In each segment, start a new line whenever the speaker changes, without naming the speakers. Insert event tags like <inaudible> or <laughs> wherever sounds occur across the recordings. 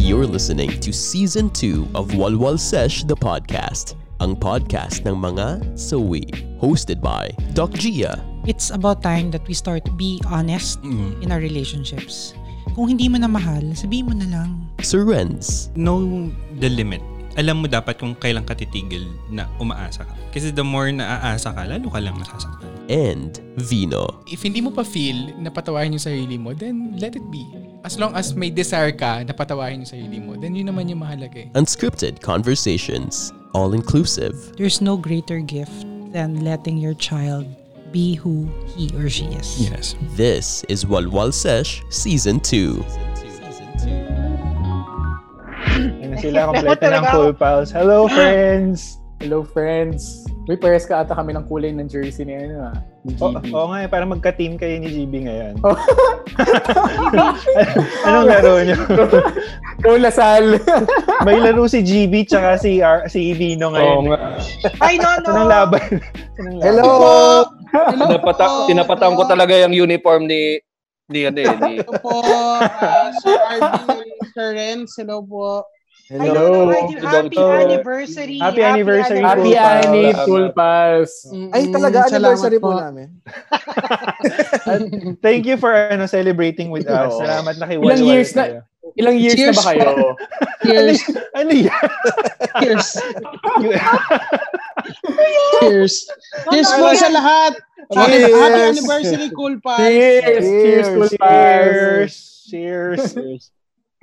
you're listening to Season 2 of Walwal Sesh the Podcast, ang podcast ng mga sawi, hosted by Doc Gia.
it's about time that we start to be honest
Mm.
in our relationships. Kung hindi mo na mahal, sabihin mo na lang.
Sir Renz,
know the limit. Alam mo dapat kung kailan ka titigil na umaasa ka. Kasi the more na aasa ka, lalo ka lang masasaktan.
and Vino.
If hindi mo pa feel na patawahin yung sarili mo, then let it be. As long as may desire ka na patawahin yung sarili mo, then yun naman yung mahalaga eh.
Unscripted conversations, all-inclusive.
There's no greater gift than letting your child be who he or she is.
Yes.
This is Walwal Sesh Season 2.
Ano sila, kompleto ng
Talaga ako.
full pals. Hello, friends!
Hello friends! Uy, pares ka ata kami ng kulay ng jersey ni ano ah. Ni
Oo
GB.
oo nga eh, para magka-team kayo ni GB ngayon.
Oh.
<laughs> Anong laro niyo? <laughs>
Go Lasal!
May laro si GB tsaka si, R- si Vino ngayon.
Oo nga.
Ay, no, no.
Anong laban? Anong laban?
Hello!
Opo,
Tinapata- tinapatang ko talaga yung uniform ni ni ano eh,
<laughs>
ni
Opo, ah, Sir Arvin, Sir Renz, hello po. Ay, no, no, ay, din- happy
Doctor.
anniversary.
Happy anniversary,
Happy Ani, full
Full pals.
Salamat.
pals!
Mm,
Ay, talaga,
salamat
anniversary po namin.
Thank you for ano celebrating with us. Salamat na kay
Ilang
Walwal
years na-
kayo. <laughs>
Ilang years
Cheers.
na ba kayo?
Cheers,
Ano yan?
cheers,
You-
cheers. Cheers po sa lahat. Happy,
Cheers.
happy anniversary, cool pa.
<laughs> Cheers! Cheers! Full pals!
Cheers! Cheers!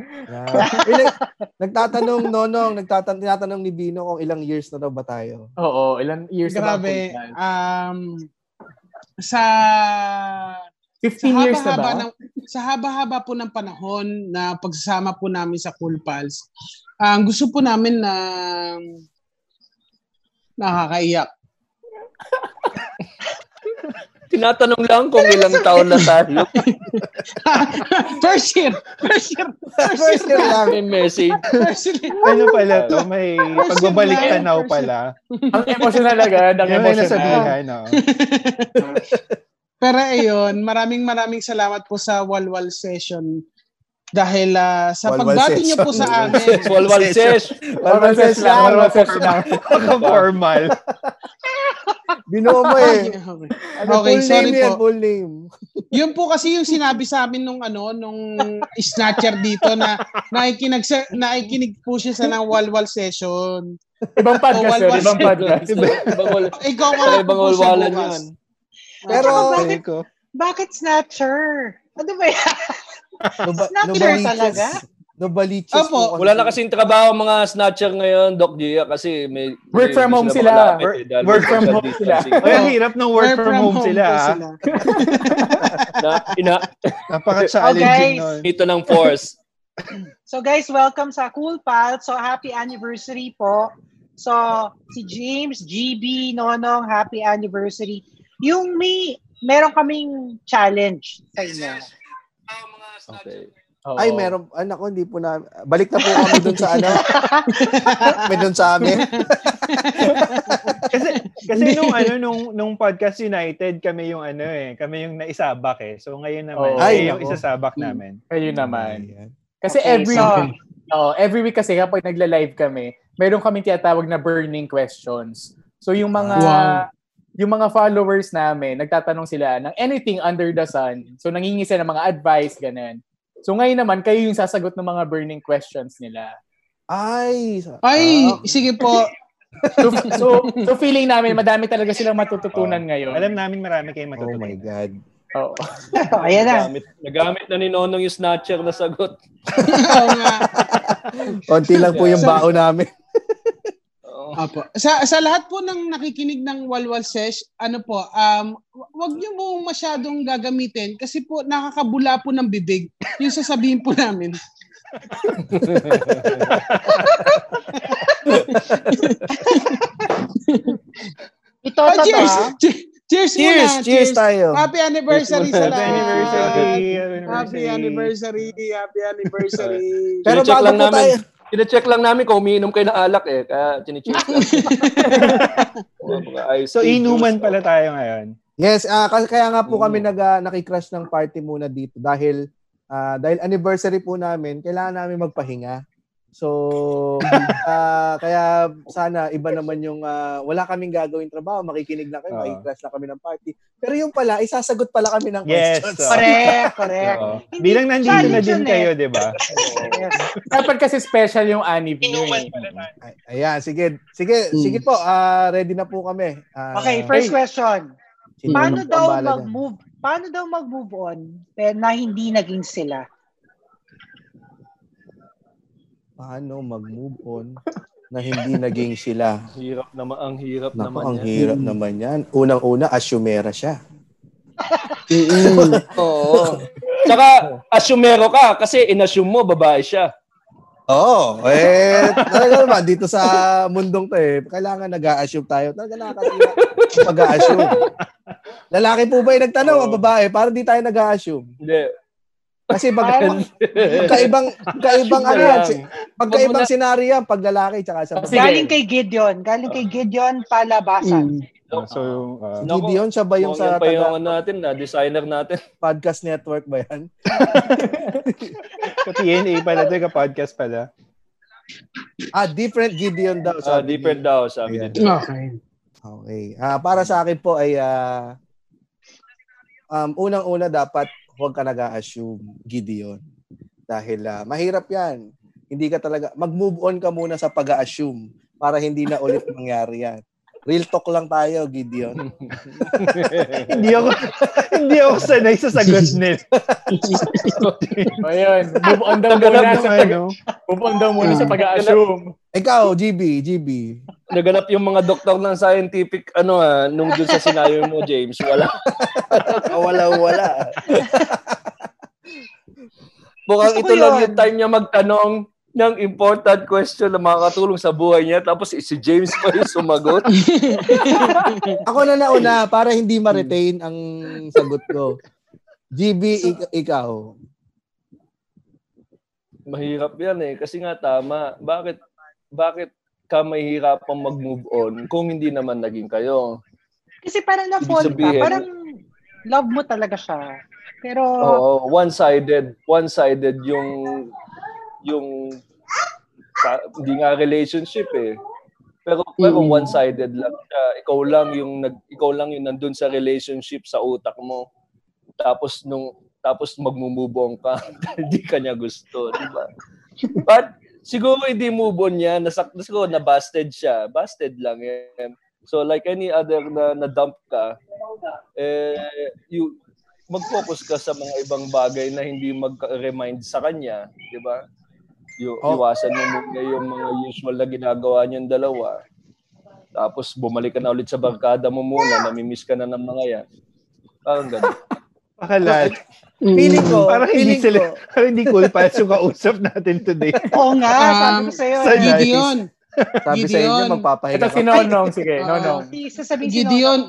Yeah. Eh, nag- nagtatanong, Nonong, nagtatan tinatanong ni Bino kung ilang years na daw ba tayo.
Oo, ilang years na ba ang
Grabe.
full pals?
Um, sa
15 years na ba?
haba-haba ng- sa haba-haba po ng panahon na pagsasama po namin sa Cool Pals, ah, ang gusto po namin na nakakaiyak.
<laughs>
<laughs>
Tinatanong lang kung ilang taon na
<laughs>
tayo.
first year! First year!
First year lang.
May message.
First year!
Ano pala to? May pagbabalik tanaw pala.
Ang emotional agad, ang
Yan ang
emotional.
nasabihan. oo.
Pero ayun, maraming maraming salamat po sa Walwal Session dahil ah, sa
Walwal
pagbati niyo po
session.
sa amin.
Walwal sesh.
Normal sesh lang, normal sesh lang.
Formal.
Binuo mo eh. Ano,
Okay,
full
sorry
name yan,
po.
full name.
<laughs> Yun po kasi yung sinabi sa amin nung ano, nung snatcher dito na nakikinig, sa, nakikinig po siya sa ng walwal session.
Ibang podcast
Oh,
yun,
walwal
ibang podcast.
Bangol.
Ikaw
Bangol.
nga po
Ibang
po siya
walwalan
bukas.
yun.
Pero-
Sabi ko,
Bakit snatcher? Ano ba
<laughs>
yan?
Noba,
Snatcher talaga?
Nobaliches
Opo.
po kasi.
Wala na kasing trabaho ang mga snatcher ngayon, Doc Gia, kasi may...
Work
may-
from
may
home
sila
sila.
malapit
Work-
eh, dahil
work
may
from
social
home sila.
distancing.
Ay, ang hirap ng work, from, home, sila.
po
ah.
Na, ina,
Napaka-challenging
Okay.
nun.
ito ng force.
So guys, welcome sa Cool Pal. So happy anniversary po. So si James, GB, Nonong, happy anniversary. Yung may, meron kaming challenge sa inyo.
Okay.
Oo.
Ay, meron. Anak ko, hindi po na. Balik na po kami dun sa ano. <laughs> May dun sa amin.
Kasi, kasi nung, ano, nung, nung Podcast United, kami yung ano eh, kami yung naisabak eh. So ngayon
Oo.
naman, kayo
Ay,
yung
nako.
isasabak namin.
Kayo naman.
Ayan.
Kasi
Okay,
every
so-
week, oh, every week kasi kapag nagla-live kami, meron kaming tinatawag na burning questions. So yung mga
Wow.
yung mga followers namin, nagtatanong sila ng anything under the sun. So nangingi sila ng mga advice ganun. So ngayon naman kayo yung sasagot ng mga burning questions nila.
Ay. sa-
Ay,
ah, okay.
sige po.
So so, so feeling namin madami talaga silang matututunan ngayon.
Alam namin marami kayong
Oh
matutunan.
my God.
Oo.
Ayan na.
Nagamit, nagamit na ni Nonong yung snatcher na sagot.
Oo nga.
Konti lang po yung bao namin.
Oo.
Apo. Sa, sa lahat po ng nakikinig ng Walwal Sesh, ano po, um, wa- wag niyo po masyadong gagamitin kasi po nakakabula po ng bibig yung sasabihin po
<laughs>
namin.
Ito,
Ah,
Oh,
totoo.
cheers! Che- Cheers,
Cheers!
muna!
Cheers tayo.
Happy anniversary
Happy
sa lahat!
anniversary!
Happy anniversary! Happy anniversary!
Pero
Chine-check
bago
lang
po
namin.
tayo.
Tine-check lang namin kung umiinom kayo ng alak eh. Kaya tine-check lang. Mga mga ice
So
tea
inuman
juice.
pala tayo ngayon.
Yes, ah, kasi kaya nga po
Mm.
kami nag ah, nakikrush ng party muna dito dahil ah, dahil anniversary po namin, kailangan namin magpahinga.
So, ah, kaya sana iba naman yung ah, wala kaming gagawin trabaho, makikinig lang kayo,
Oo.
makikinig lang kami ng party. Pero yung pala, isasagot pala kami ng
Yes,
questions.
oo.
Correct, correct.
Oo. <laughs>
Hindi,
Bilang nandito na
challenge
din
yun eh.
kayo, di ba?
<laughs>
<laughs>
Yes.
Dapat kasi special yung anime.
eh.
Ay- Ayan, sige. Sige, sige po. ah, ready na po kami. Ah,
Okay, first question.
sino
Paano
ang
daw
bahala dyan?
mag-move? Paano daw mag-move on pero na hindi naging sila?
Paano mag-move on na hindi naging sila?
Hirap naman, ang hirap eh.
Naku,
naman
ang
yan.
hirap naman yan. Unang-una, asyumera siya.
Mm,
Oo. Tsaka, asumero ka kasi inassume mo babae siya.
Oo. Oh, eh, talaga naman, dito sa mundong to eh, kailangan nag-a-assume tayo. Talaga nakakasira mag-a-assume. Lalaki po ba yung nagtanong o babae? Para di tayo nag-a-assume.
Oh. Hindi.
Kasi pag,
<laughs>
magkaibang, magkaibang, ano, yan, si- magkaibang senaryo yan pag lalaki tsaka sa
Sige.
Galing kay Gideon. Galing kay Gideon
mm.
palabasan.
So, uh,
Naku,
Gideon, siya ba yung
Yung
sa
pa yung
taga
ano natin, na designer natin.
podcast network ba yan?
TNA pala to, ka-podcast
<laughs>
pala.
Ah, different Gideon daw.
Ah,
sabi
different
niya.
daw, sabi
Ayan.
niya.
Okay.
Okay. Ah, para sa akin po ay ah, um, unang-una dapat huwag ka nag-assume Gideon. Dahil ah, mahirap 'yan. Hindi ka talaga mag-move on ka muna sa pag-assume para hindi na
<laughs>
ulit mangyari 'yan. Real talk lang tayo, Gideon.
hindi ako <laughs> hindi ako sanay sa sagot
<laughs>
nila.
O Oh, yun, move on daw
Tagalog
muna
ng
sa pag-
ano.
move on daw muna sa pag-assume.
Ikaw, GB, GB.
Naganap yung mga doktor ng scientific, ano ah, nung dun sa sinayo mo, James. Wala.
Wala wala.
<laughs> Mukhang
Gusto ko
ito lang
yun.
yung time niya magtanong ng important question na makakatulong sa buhay niya. Tapos si James pa yung sumagot.
Ako na nauna para hindi ma-retain ang sagot ko. GB, ik- ikaw.
Mahirap yan eh. Kasi nga tama. Bakit, bakit ka mahirapang mag-move on kung hindi naman naging kayo?
Kasi parang na-fall
Ibig
ka.
sabihin-
Parang love mo talaga siya. Pero
Oo, one-sided. One-sided yung yung sa- hindi nga relationship eh. Pero pero
Mm.
one-sided lang siya. Ikaw lang yung nag ikaw lang yung nandun sa relationship sa utak mo. Tapos nung tapos magmumubong ka, <laughs> hindi ka niya gusto, di ba? But siguro hindi move on niya, nasak siguro na busted siya. Busted lang yan. So like any other na na-dump ka, eh you mag-focus ka sa mga ibang bagay na hindi mag-remind sa kanya, di ba? Yu-
Oh.
Iwasan mo muna yung mga usual na ginagawa niyong dalawa. Tapos bumalik ka na ulit sa barkada mo muna, namimiss ka na ng mga yan. Parang
<laughs>
ganun.
Pakalat.
Feeling ko,
<laughs> Parang hindi
feeling
sila,
ko,
parang hindi cool pals yung kausap natin today.
oo nga, sabi ko
Um,
sa'yo.
sa-
eh.
Gideon.
<laughs> sabi sa inyo,
Gideon.
magpapahinga
Ito si
ka.
Nonong, sige, Nonong.
Si sasabihin si
Gideon,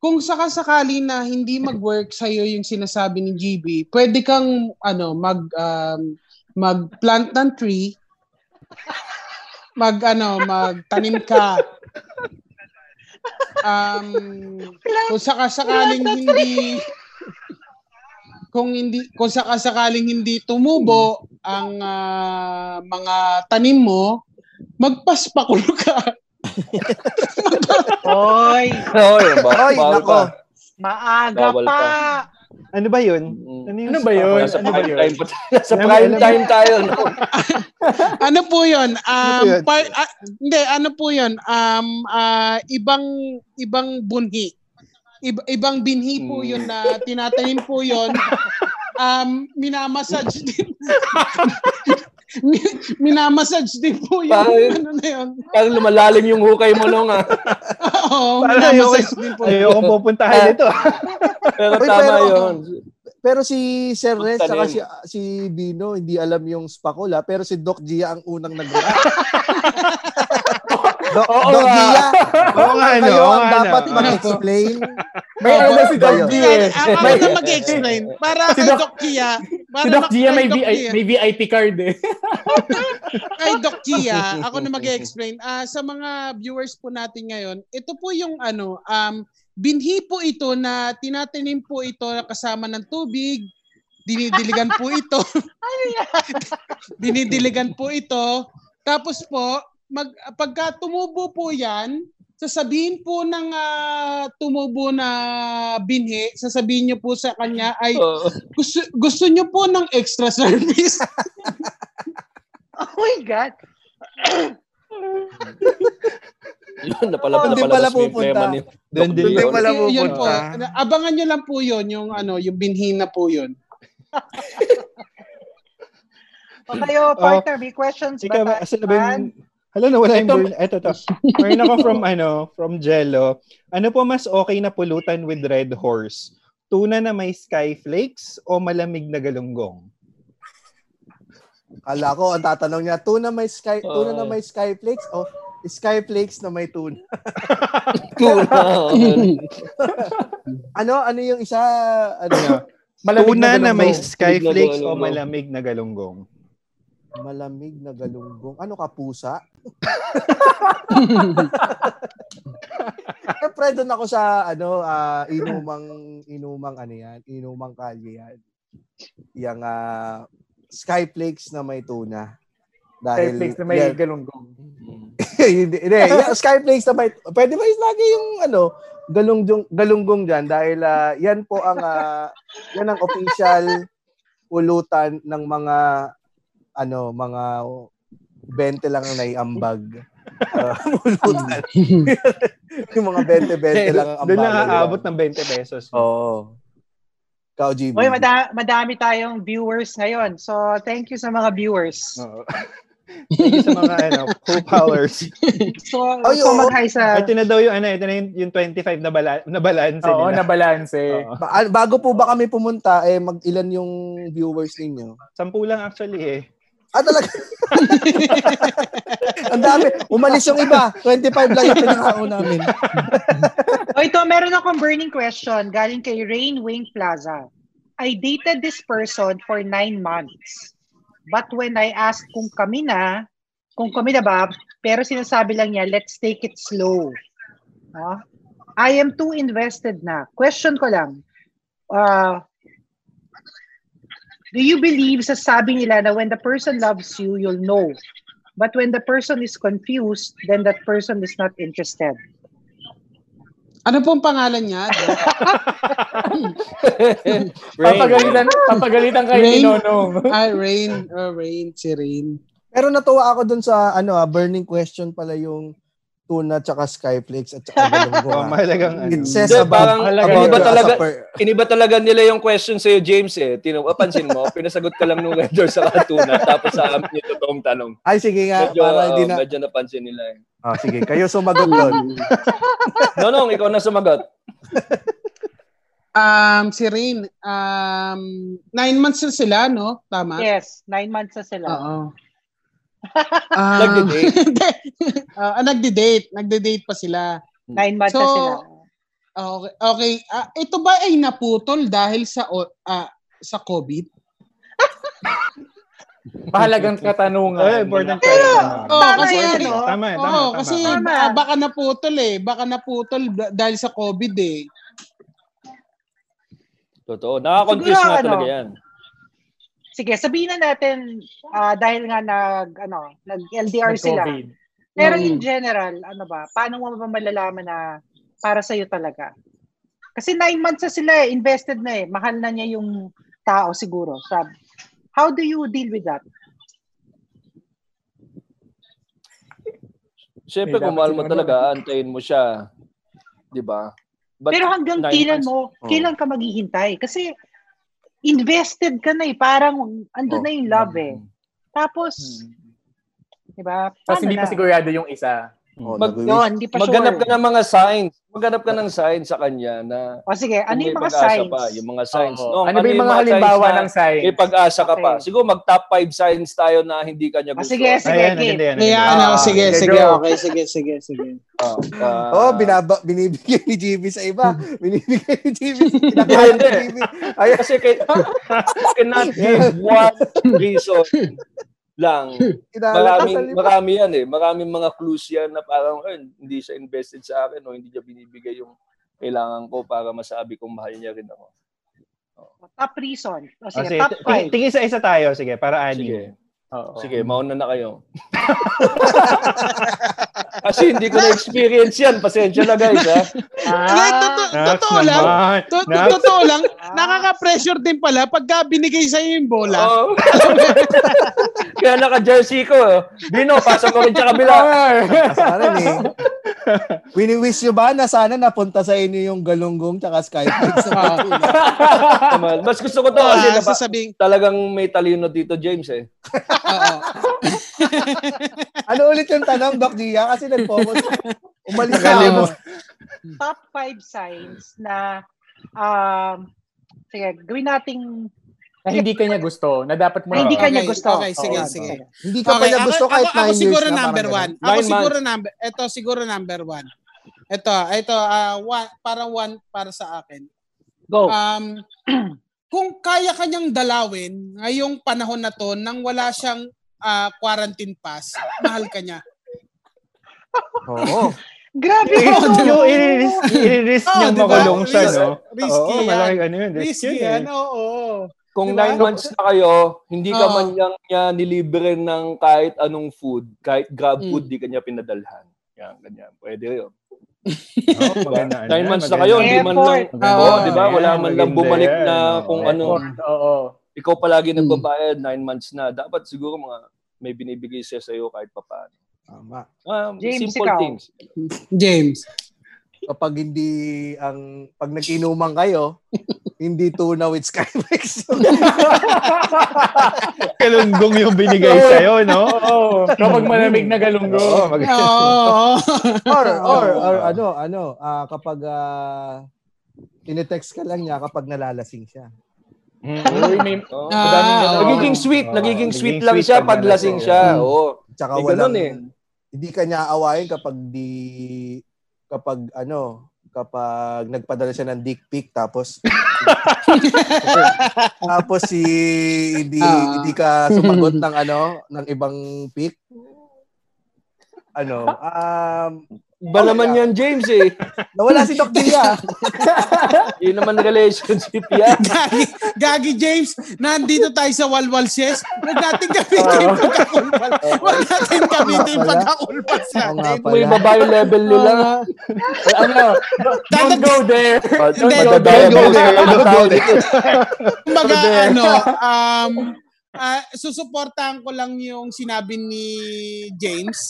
kung sakasakali na hindi mag-work sa iyo yung sinasabi ni GB, pwede kang ano mag um, mag-plant ng tree, mag ano, magtanim ka. Um, kung sakasakaling hindi kung hindi kung sakasakaling hindi tumubo ang ah, mga tanim mo, magpaspakulo ka.
Oy,
Oy, ba-
Oh, Ay,
bawal
nako.
ka.
maaga
Bawal
pa.
ka.
Ano ba yun?
Mm.
Ano, yung
Ano ba yun?
Nasa
Ano ba
prime
yun?
time, pa- nasa
Ano
Alam mo,
prime
alam mo.
time tayo. no?
ano po 'yon? Um
Ano po yun?
par- ah, hindi ano po 'yon? Um ah, ibang ibang bunhi. Iba- ibang binhi po
Hmm.
'yon na tinatanim po 'yon. Um minamassage din. <laughs> Mi- minamassage din po 'yon.
Bakit?
Ano na 'yon?
Parang lumalalim yung hukay mo nung ah.
Oo,
Parang
minamassage din po.
Ayoko
Ah,
pupuntahan ito.
Pero
Uy,
tama
pero-
yun.
Pero si Sir Renz
Punta
saka
na
si, si Bino, hindi alam yung spakula, pero si Doc Gia ang unang
<laughs>
nag-react. Doc,
Oo
Doc
nga.
Gia,
Oo nga, no?
kayo
Oo
ang
nga,
dapat
no?
mag-explain.
May ano na si Doc
Ayun.
G eh.
Yan, Ako
May,
na mag-explain. Para
Si
kay
Doc-
Doc Gia. Para
si Doc G
kay
may,
Doc
VI,
Gia.
may VIP card eh.
kay Doc Gia, ako na mag-explain. Ah, sa mga viewers po natin ngayon, ito po yung ano, um, binhi po ito na tinatanim po ito kasama ng tubig, Dinidiligan po ito.
Ano yan?
<laughs> Dinidiligan po ito. Tapos po, mag, pagka tumubo po yan, sasabihin po ng ah, tumubo na binhi, sasabihin niyo po sa kanya ay
Oo.
gusto, gusto niyo po ng extra <laughs> service.
<laughs> Oh my God.
Yun, napalabas
Hindi
napalabas
pala
mo yung
pupunta.
plema ni
Doon
Doc
din
Dion.
Hindi
Kasi
pala
yun po,
pupunta.
abangan niyo lang po yun, yung, ano, yung binhi na po yun.
O kayo, partner, may questions
Ikaw ba,
ba?
sino ba yung... Hala na, wala yung burn. Ito to. Burn ako from, ano, from Jello. Ano po mas okay na pulutan with red horse? Tuna na may skyflakes o malamig na galunggong?
Kala ko, ang tatanong niya, tuna may sky,
Oo.
tuna na
Oh.
may skyflakes o skyflakes na may tuna.
Tuna.
<laughs>
Ano, ano yung isa, ano,
Ano? Tuna na, may
galunggong.
skyflakes
Malamig
o malamig na
na galunggong.
galunggong?
malamig na galunggong. Ano ka,
<laughs>
pusa? Siyempre, doon Eh, ako sa, ano, ah, inumang, inumang, ano yan, inumang kalye yan. Yung ah, skyflakes na may tuna. Dahil,
Netflix na may
yan-
galunggong.
<laughs> hindi, hindi. Yeah, Skyflakes na may... Pwede ba is lagi yung ano, galunggong, galunggong dyan? Dahil ah, yan po ang... ah, yan ang official ulutan ng mga ano, mga 20 lang ang naiambag. Ah, ulutan. yung mga 20-20 lang ang ambag.
Doon lang aabot ng 20 pesos.
Oo. Ikaw, GB.
Uy, mada- madami tayong viewers ngayon. So, thank you sa mga viewers.
Oo. Thank you sa mga ano, co-powers.
So,
Ay,
so
oo.
mag-hi sa...
Ito na daw yung, ano, ito na yung, yung 25 na, bala, na balance
Oo,
nila.
nabalance eh.
Oo.
<laughs> Ba- ah, bago po ba kami pumunta, eh, mag-ilan yung viewers ninyo?
Sampu lang actually eh.
Ah, talaga? <laughs> Ang dami. Umalis yung iba. 25 lang yung pinakao namin.
O Oh, ito, meron akong burning question galing kay Rain Wing Plaza. I dated this person for nine months. But when I asked kung kami na, kung kami na ba, pero sinasabi lang niya, let's take it slow. No? I am too invested na. Question ko lang. Uh, do you believe sa sabi nila na when the person loves you, you'll know? But when the person is confused, then that person is not interested.
Ano pong pangalan
<laughs>
niya? Ah,
Papagalitan, papagalitan kayo ni
Rain.
Nonong.
ah, Rain. Oh, Rain. Si Rain.
Pero natuwa ako dun sa ano, ah, burning question pala yung tuna tsaka skyflakes at tsaka galunggong.
Oh,
ah.
mahalagang ano.
It says
Hindi,
about,
parang-
about
Mahalaga
you
yun.
as a
Talaga-
per-
Iniba talaga nila yung question sa'yo, James eh. Tino, pansin mo, pinasagot ka lang nung vendor sa katuna tapos sa amin yung totoong tanong.
Ay, sige nga.
Medyo,
para hindi
oh,
na...
medyo napansin nila eh.
Ah, sige, kayo sumagot doon.
Nonong, ikaw na sumagot.
Um, si Rain. Um, nine months na sila, no? Tama?
Yes, nine months na sila.
Oo.
<laughs>
Um,
Nagde-date.
<laughs> Ah, ah, nagde-date. Nagde-date pa sila.
Nine months
So,
na sila.
Ah, Okay. okay. Ah, ito ba ay naputol dahil sa o- ah, sa COVID?
Mahalagang katanungan.
Oh, important
Pero,
question.
oh,
tama
kasi-
yan, no?
Tama, tama,
Oo,
tama.
kasi
Tama.
ah, baka naputol eh. Baka naputol da- dahil sa COVID eh.
Totoo. Nakaka-confuse
Siguro,
na
ano,
talaga yan.
Sige, sabihin na natin ah, dahil nga nag ano, nag LDR
ng
sila.
COVID.
Pero
Mm.
in general, ano ba, paano mo ba malalaman na para sa talaga? Kasi nine months na sila eh, invested na eh. Mahal na niya yung tao siguro. Sab. How do you deal with that?
Eh,
Siyempre,
dapat
kung mahal
si
mo
Nonong.
talaga, antayin mo siya. Di ba? But
Pero hanggang
nine
kailan
months-
mo, kailan ka maghihintay? Kasi invested ka na eh. Parang andun
Oh,
na yung love eh. Tapos, di ba?
Tapos
paano
hindi pa
na?
sigurado yung isa.
Oh,
Mag-
nagwi-
Yun, hindi pa
Maghanap
sure.
ka ng mga signs. Maghanap ka ng signs sa kanya na
O sige,
kung
ano
may
yung mga
pag-asa
signs?
Pa, yung mga signs.
Oo.
Nong,
ano ba yung mga
signs
halimbawa
na
ng signs?
May pag-asa ka pa.
Okay.
Siguro mag-top 5 signs tayo na hindi ka niya gusto.
O
Ah,
sige, sige, ano,
Ayan,
game.
maganda yan.
Ano
Ayan,
maganda
Ah,
oh,
yan.
sige,
sige,
sige,
go.
okay, sige, sige, sige.
Ah, ah.
Oh, binaba, binibigyan ni GB sa
<laughs>
iba. Binibigyan ni GB sa kinakain
Hindi.
ni GB. Ayan.
Kasi kay, cannot give one reason lang.
Inaalala
Maraming,
sa lipa.
marami yan eh. Maraming mga clues yan na parang eh, hindi siya invested sa akin o hindi niya binibigay yung kailangan ko para masabi kong mahal niya rin ako.
Top reason. O Oh, sige,
Ah,
Kasi,
top five.
tingin sa isa tayo. Sige, para anim.
Sige.
Oo.
Sige, mauna na kayo. <laughs> Kasi hindi ko na-experience yan. Pasensya na guys, ha?
Like, toto-
Next
totoo lang.
naman.
To- to-
Next.
totoo lang, nakaka-pressure din pala pagka binigay sa yung bola.
Oo. <laughs> Kaya naka-jersey ko. eh. Dino, pasok ko rin sa kabila.
Sana eh. Wini-wish nyo ba na sana napunta sa inyo yung galunggong tsaka
<laughs>
skyflakes na pagkula?
Tama. Mas gusto ko to kasi
Ah,
napa-
sasabing,
talagang may talino dito, James, eh.
oo.
Ano ulit yung tanong, Doc Gia? Kasi nag-focus. Umalis ka.
Nakalimutan.
top five signs na um, sige, gawin nating
Na hindi kanya gusto, na dapat mo
na hindi
na-
kanya
Okay,
gusto.
Oh, diba? Okay, sige,
Oo,
sige.
Hindi ka pa niya gusto
ako,
kahit
ako,
9
ako
years
siguro
na.
number
parang
one.
ganun.
Ako
Nine
<laughs>
siguro number, ito siguro number one. Ito, ito, ah, one, parang one para sa akin.
Go.
Um, <clears throat> kung kaya kanyang dalawin ngayong panahon na to nang wala siyang ah, quarantine pass, mahal ka niya.
Oo.
<laughs>
Grabe
Tingin
ito.
nyo, i-risk, i-risk
Oo,
niyang
diba?
makulong siya,
Risk-
no?
risky
Oo,
yan.
malaking ano yun. Risk
Risky ah,
yun,
yan,
eh.
oo.
Kung
Diba?
nine months na kayo, hindi ka
Oo.
man niyang niya nilibre ng kahit anong food, kahit grab
Mm.
food, di ka niya pinadalhan. Yan, ganyan. Pwede yun.
Oo, maganda yan,
Nine months na
maganda
kayo,
yan.
hindi man
Effort.
lang,
Oo,
oh, di ba?
yan,
Wala man lang
maganda
bumalik
yan.
na
Oo.
kung ano,
Effort, oo.
ikaw palagi
Hmm.
Mm.
nagbabayad, nine months na. Dapat siguro mga may binibigay siya sa'yo kahit papaano.
Tama.
Um,
James,
simple
ikaw.
things.
James.
Kapag hindi ang, pag nag-inuman kayo, hindi tunaw with skyflakes.
Kalunggong yung binigay sa'yo, no?
Oo. Kapag malamig na galunggo.
Oo, Mm-hmm. mag-
<laughs> Oo.
or, or, or
Oo.
ano, ano, ah, kapag uh, tinetext ka lang niya kapag nalalasing siya.
Mm-hmm.
Uy, may-
Oh,
Ah,
madaming
oo.
ganun. Nagiging sweet,
Oo,
nagiging
Ah, nagiging
sweet lang
sweet
siya
pag
pag lasing
nalasing.
siya.
Mm.
Oo.
Tsaka
May
walang,
ganun eh.
hindi kanya aawain kapag di, kapag ano, kapag nagpadala siya ng dick pic tapos tapos si hindi
Ah.
hindi ka sumagot ng ano ng ibang pic ano um
Ba naman yan, James eh.
nawala si Doc Gia
Yun naman relationship yan.
<laughs> Gagi, Gagi James, nandito tayo sa Walwal Ses. Huwag natin gamitin yung pagkakulpal. Huwag natin gamitin yung
Wala.
pagkakulpal sa
Oo nga
atin.
pala.
May babae level nila.
ano, don't go there.
But,
Hindi,
don't go there, don't go there.
Kumbaga,
Brother.
ano, um, ah, susuportahan ko lang yung sinabi ni James.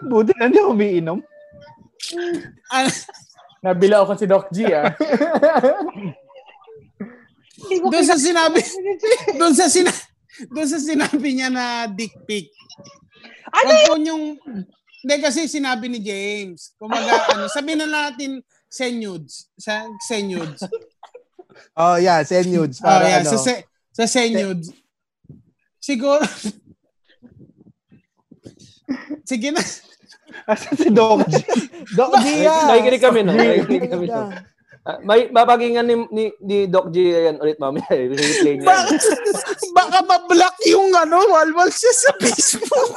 Buti na hindi ako umiinom.
Ah,
Nabila ako si Doc G, ah.
doon sa sinabi, doon sa sina, doon sa sinabi niya na dick pic.
Ano
Wag po yung, hindi kasi sinabi ni James. Kumaga, ano, sabihin na natin, send nudes. Sa, send
<laughs>
nudes.
oh yeah send nudes
Oh,
para
yeah.
ano
Sa, se- sa Senyud. Siguro. <laughs> Sige na.
Asan si Doc G?
Doc Gia
Nakikinig kami na. Nakikinig kami
Ganda.
na. Ah, May mapagingan ni, ni, ni Doc G yan ulit mamaya. eh. Replay niya. yan.
Bak- baka ma-block yung ano, walwal siya sa Facebook.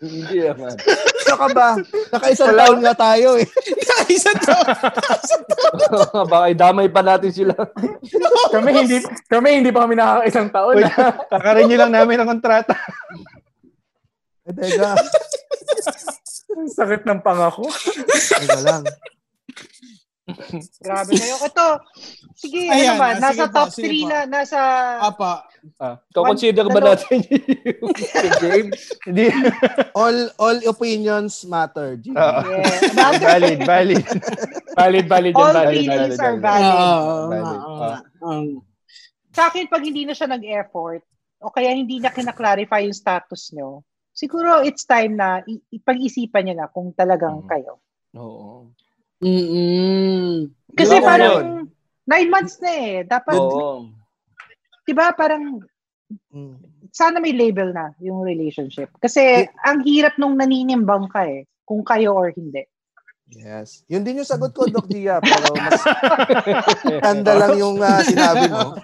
Hindi naman. <laughs>
Ano ka ba nakaisang taon na tayo eh
Isa
<laughs>
to.
Baka damay pa natin sila.
Kami hindi, kami hindi pa kami nakakaisang taon.
Wait,
ah.
kakarenew lang namin ang kontrata.
Eh, teka
Ang sakit ng pangako.
teka lang
Grabe kayo. Ito, sige,
Ayan,
ano ba?
ah, sige
Nasa
po,
top
sige po.
3
Ah.
na, nasa...
Apa.
Ah, Kukonsider ba
Ano?
natin yung si <laughs> James?
Hindi.
all all opinions matter G.
Oo.
Yeah.
valid, valid.
Valid, valid yan,
All
valid, valid.
feelings are
Oo,
valid.
oo,
Valid.
oo,
Ah.
oo.
Sa akin, pag hindi na siya nag-effort, o kaya hindi na kinaklarify yung status nyo, siguro it's time na i- ipag-isipan nyo na kung talagang
Mm.
kayo.
Oo.
Mm-mm.
Kasi
Yun,
parang
yun.
nine months na eh. Dapat,
Oo.
di ba parang
Mm.
sana may label na yung relationship. Kasi ang hirap nung naninimbang ka eh, kung kayo or hindi.
Yes. Yun din yung sagot ko, Doc Gia, pero mas tanda lang yung ah, sinabi mo.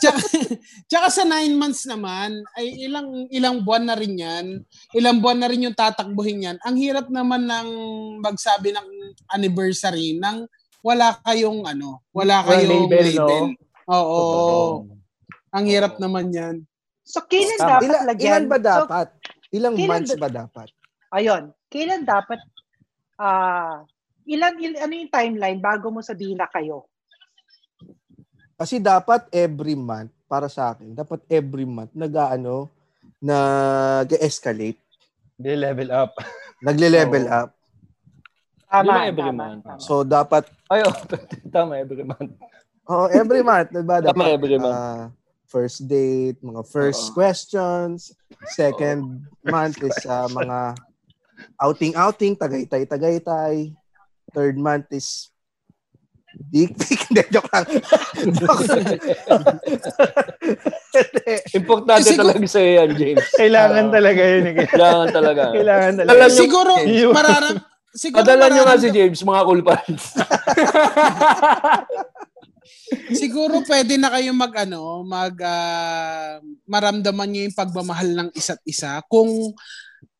tsaka, <laughs> tsaka sa nine months naman, ay ilang ilang buwan na rin yan. Ilang buwan na rin yung tatakbuhin yan. Ang hirap naman ng magsabi ng anniversary ng wala kayong ano, wala
Walang
kayong
label,
label.
no?
Oo. Ang hirap naman yan.
So, kailan
Tama.
dapat
Ilan,
lagyan?
ilan ba
So,
dapat? Ilang
kailan
months
ba-
ba dapat?
ayun. Kailan dapat, ah, ilan, il- ano yung timeline bago mo sabihin na kayo?
Kasi dapat every month, para sa akin, dapat every month, nag-ano, nag-escalate,
They level up.
nagle-level
Oo.
up.
Tama,
Di ba every
tama,
month?
tama.
So, dapat,
Ayo, <laughs> tama every month.
oh, every month, diba?
Tama,
Dapat,
every month.
ah, first date, mga first
Oo.
questions, second month is ah,
question.
mga outing-outing, tagaytay-tagaytay. Third month is dick pic. <laughs> Hindi, joke lang. joke lang. Hindi.
<laughs> Importante
Kasi
talaga sa yan, James.
Kailangan
Oo.
talaga
<laughs>
yun. eh.
Kailangan talaga.
Kailangan talaga.
Alam niyo, <laughs>
Siguro,
Yun.
mararam, siguro,
padalan niyo nga si
mararamdam-
James, mga cool pals.
siguro pwede na kayo mag, ano, mag, ah, maramdaman niyo yung pagmamahal ng isa't isa. Kung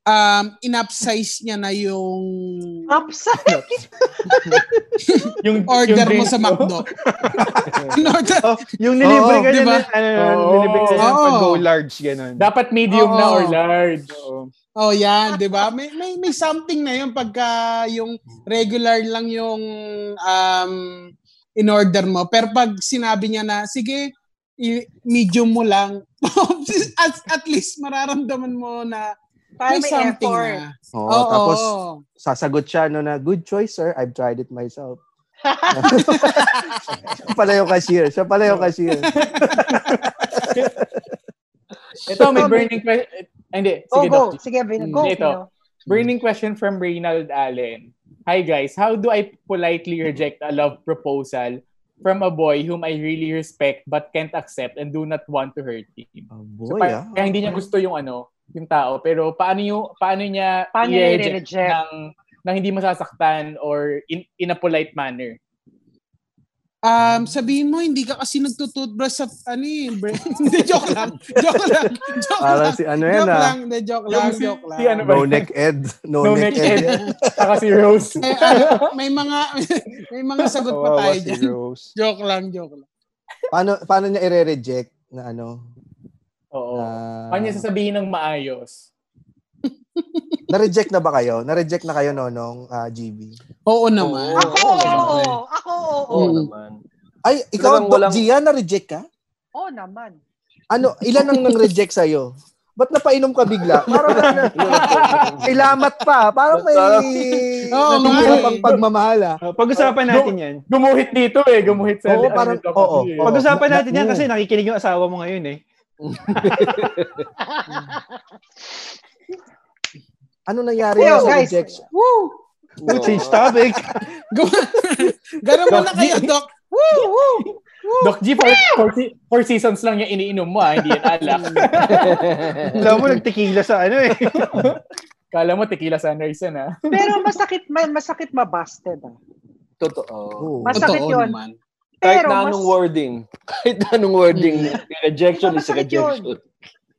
um, in-upsize niya na yung
Ah,
<laughs> Upside.
yung,
order
yung
mo
drink
sa
<laughs>
McDo. In order,
Oh, yung nilibre
Oo,
ka
diba?
diba? na, ano,
Oo.
nilibre ka na
Oo.
pag go large, ganun.
Dapat medium na or
Oo.
large.
Oo.
Oh, yan,
<laughs>
'di ba? May may may something na 'yun pagka yung regular lang yung um in order mo. Pero pag sinabi niya na sige, i- medium mo lang. <laughs> at, at least mararamdaman mo na
Para
may,
may
something
effort.
na.
Oo,
Oo.
tapos sasagot siya no na, good choice sir, I've tried it
<laughs>
myself. siya pala yung cashier. Siya pala
<laughs>
yung cashier.
Ito, may burning question. Hindi, sige,
Go, Oh, go.
Doc.
Sige, Vino. Go,
Hindi, ito.
Vino.
Burning question from Reynald Allen. Hi guys, how do I politely reject a love proposal from a boy whom I really respect but can't accept and do not want to hurt him?
Oh,
So,
boy,
pa-
ah.
kaya hindi niya gusto yung ano, yung tao. Pero paano yung paano niya
Paano niya
i-reject
i-reject?
ng, ng hindi masasaktan or in, in a polite manner?
Um, sabihin mo hindi ka kasi nagtututbrush sa ano eh, bre- <laughs> Hindi joke lang. Joke lang. Joke
Parang
lang.
si ano yan,
Joke
ah.
lang, hindi joke lang,
Yung si-
joke lang.
si ano ba?
No neck ed. No,
No
neck,
neck
ed.
ed. Saka si
<laughs>
Rose.
May, ano, may mga <laughs> may mga sagot pa
Kawawa
tayo
si
dyan.
Rose.
Joke lang, joke lang.
Paano, paano niya i-reject na ano?
Oo.
na-
Paano niya Ano sasabihin ng maayos?
na-reject na ba kayo? Na-reject na kayo, Nonong, ah, GB?
Oo naman.
Ako,
Oo,
oo.
naman.
Ako, oo.
Oo
Mm.
naman.
Ay, ikaw,
Talagang
Doc
walang-
Gia, na-reject ka?
Oo naman.
Ano, ilan ang nang-reject sa'yo? Ba't napainom ka bigla? Parang
<laughs>
may lamat pa. Parang may
Oo,
natitira
nga eh.
pang pagmamahal ah.
Oh, pag-usapan natin yan.
Gumuhit dito eh. Gumuhit sa...
Oo,
ano,
parang-
ni Doc
oo.
G eh.
Oo.
Pag-usapan
na-
natin yan
oo.
kasi nakikinig yung asawa mo ngayon eh.
Ano nangyari na
Yo,
sa
guys.
rejection?
Woo!
Oh, change topic.
Gu- Ganun mo na kayo, Doc. Woo! Woo!
Doc G, four, four, se- four seasons lang niya iniinom mo ah, hindi yan
<laughs>
alak.
Alam mo, nagtikila sa ano eh.
Kala mo tequila sunrise yan ah.
Pero masakit, ma- masakit mabasted. ah.
<laughs> Totoo.
Oo.
Mas- Masakit
Totoo
yun.
naman.
Kahit
Pero
na
mas,
anong wording. Kahit na anong wording. rejection is
Masakit yun.
rejection.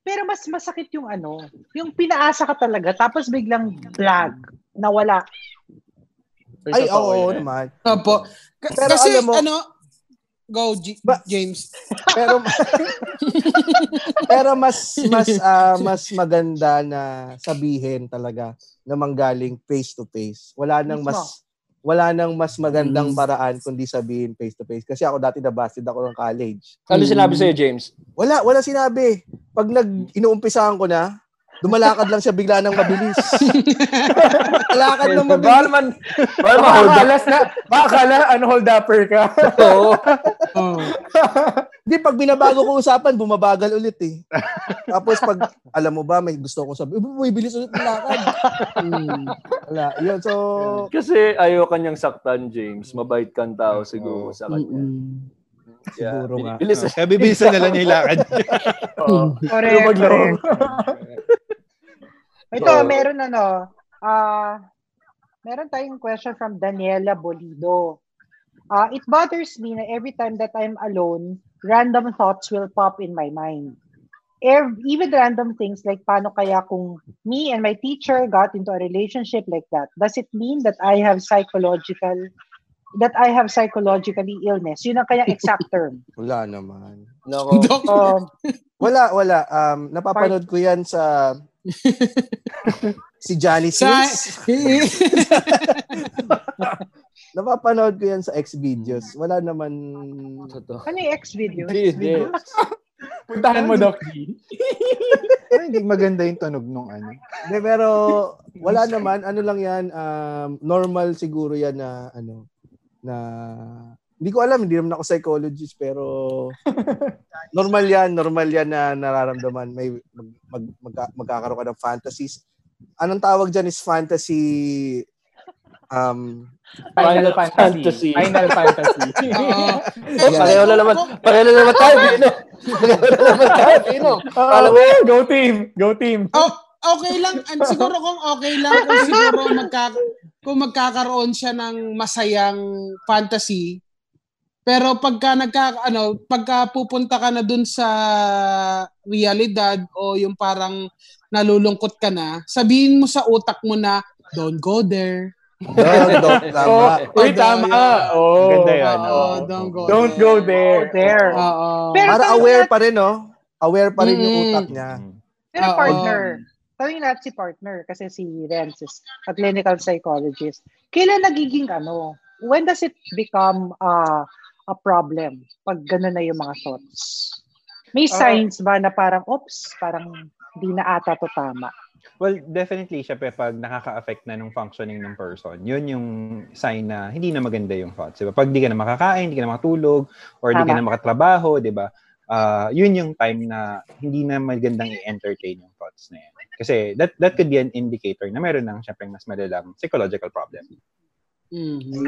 pero mas masakit yung ano, yung pinaasa ka talaga, tapos biglang blag, nawala.
Ay,
Totoo
oo
yan.
naman.
Opo. K-
Pero
kasi,
alam mo-
ano, go, G-
Ba-
James.
Pero <laughs> pero mas mas ah, mas maganda na sabihin talaga na manggaling face to face. Wala nang
Mismo.
mas wala nang mas magandang
Mm.
paraan kundi sabihin face to face kasi ako dati nabasted ako ng college.
Ano sinabi sa'yo, James?
Wala, wala sinabi. Pag nag inuumpisahan ko na, dumalakad lang siya bigla ng mabilis. Dumalakad ng mabilis.
Barman. Barman,
Baka
hold
akala, na, baka akala, ano, hold upper ka.
Oo.
Oh.
Di, pag binabago ko usapan, bumabagal ulit eh. Tapos pag, alam mo ba, may gusto kong sabi, uy, bilis ulit ng lakad.
Mm.
Wala. Yun, so,
Kasi ayaw kanyang saktan, James. Mabait kang tao siguro sa kanya.
Mm-mm.
Yeah.
Siguro nga.
Bilis.
Kaya bibilisan na lang niya ilakad.
Oo.
Correct,
Lumag loob.
<laughs> Ito,
Oo.
meron ano, ah, meron tayong question from Daniela Bolido. Uh, it bothers me na every time that I'm alone, random thoughts will pop in my mind. Ev- even random things like paano kaya kung me and my teacher got into a relationship like that? Does it mean that I have psychological that I have psychologically illness? Yun ang kanyang exact <laughs> term.
Wala naman.
Nako.
Dok,
Um,
Wala, wala. Um, napapanood ko yan sa <laughs> si Janice
sa... <laughs>
Hicks. Napapanood ko yan sa X-Videos. Wala naman.
Totoo.
ano yung X video?
Hindi, hindi.
Puntahan mo, Doc G.
Ay, hindi maganda yung tunog nung ano.
Hindi, pero wala naman. Ano lang yan. Um, normal siguro yan na ano na hindi ko alam, hindi naman ako psychologist pero normal yan, normal yan na nararamdaman. May mag, mag, magka- magkakaroon ka ng fantasies. Anong tawag dyan is fantasy um,
Final
Final
Fantasy.
Fantasy.
Final
<laughs>
Fantasy.
Oo.
Oh, pareho na naman. Pareho na naman tayo, Bino. Pareho na naman tayo,
<laughs>
Bino. Alam mo,
Go team! Go team!
Oh, okay lang. And siguro kung okay lang, kung siguro magka, kung magkakaroon siya ng masayang fantasy, pero pagka nagka, ano, pagka pupunta ka na dun sa realidad o yung parang nalulungkot ka na, sabihin mo sa utak mo na, don't go there.
dog, dog, tama.
Oh, uy, tama! Oh,
Ganda yan.
Oo, don't go
Don't go there.
There.
Oo.
Pero
Para
tanong
aware
nat-
pa rin, no? Aware pa rin yung
Mm-mm.
utak niya.
Mm.
Pero
Oo.
partner, tanongin natin si partner kasi si Renz is a clinical psychologist. Kailan nagiging ano? When does it become uh, a problem pag gano'n na yung mga thoughts? May
Ah.
signs ba na parang, oops, parang di na ata to tama?
Well, definitely, syempre, pag nakaka-affect na ng functioning ng person, yun yung sign na hindi na maganda yung thoughts. Diba? Pag di ka na makakain, di ka na makatulog, or di ka
Tama.
na makatrabaho, di ba? Ah, yun yung time na hindi na magandang i-entertain yung thoughts na yan. Kasi that that could be an indicator na meron ng syempre mas malalang psychological problem.
Mm-hmm.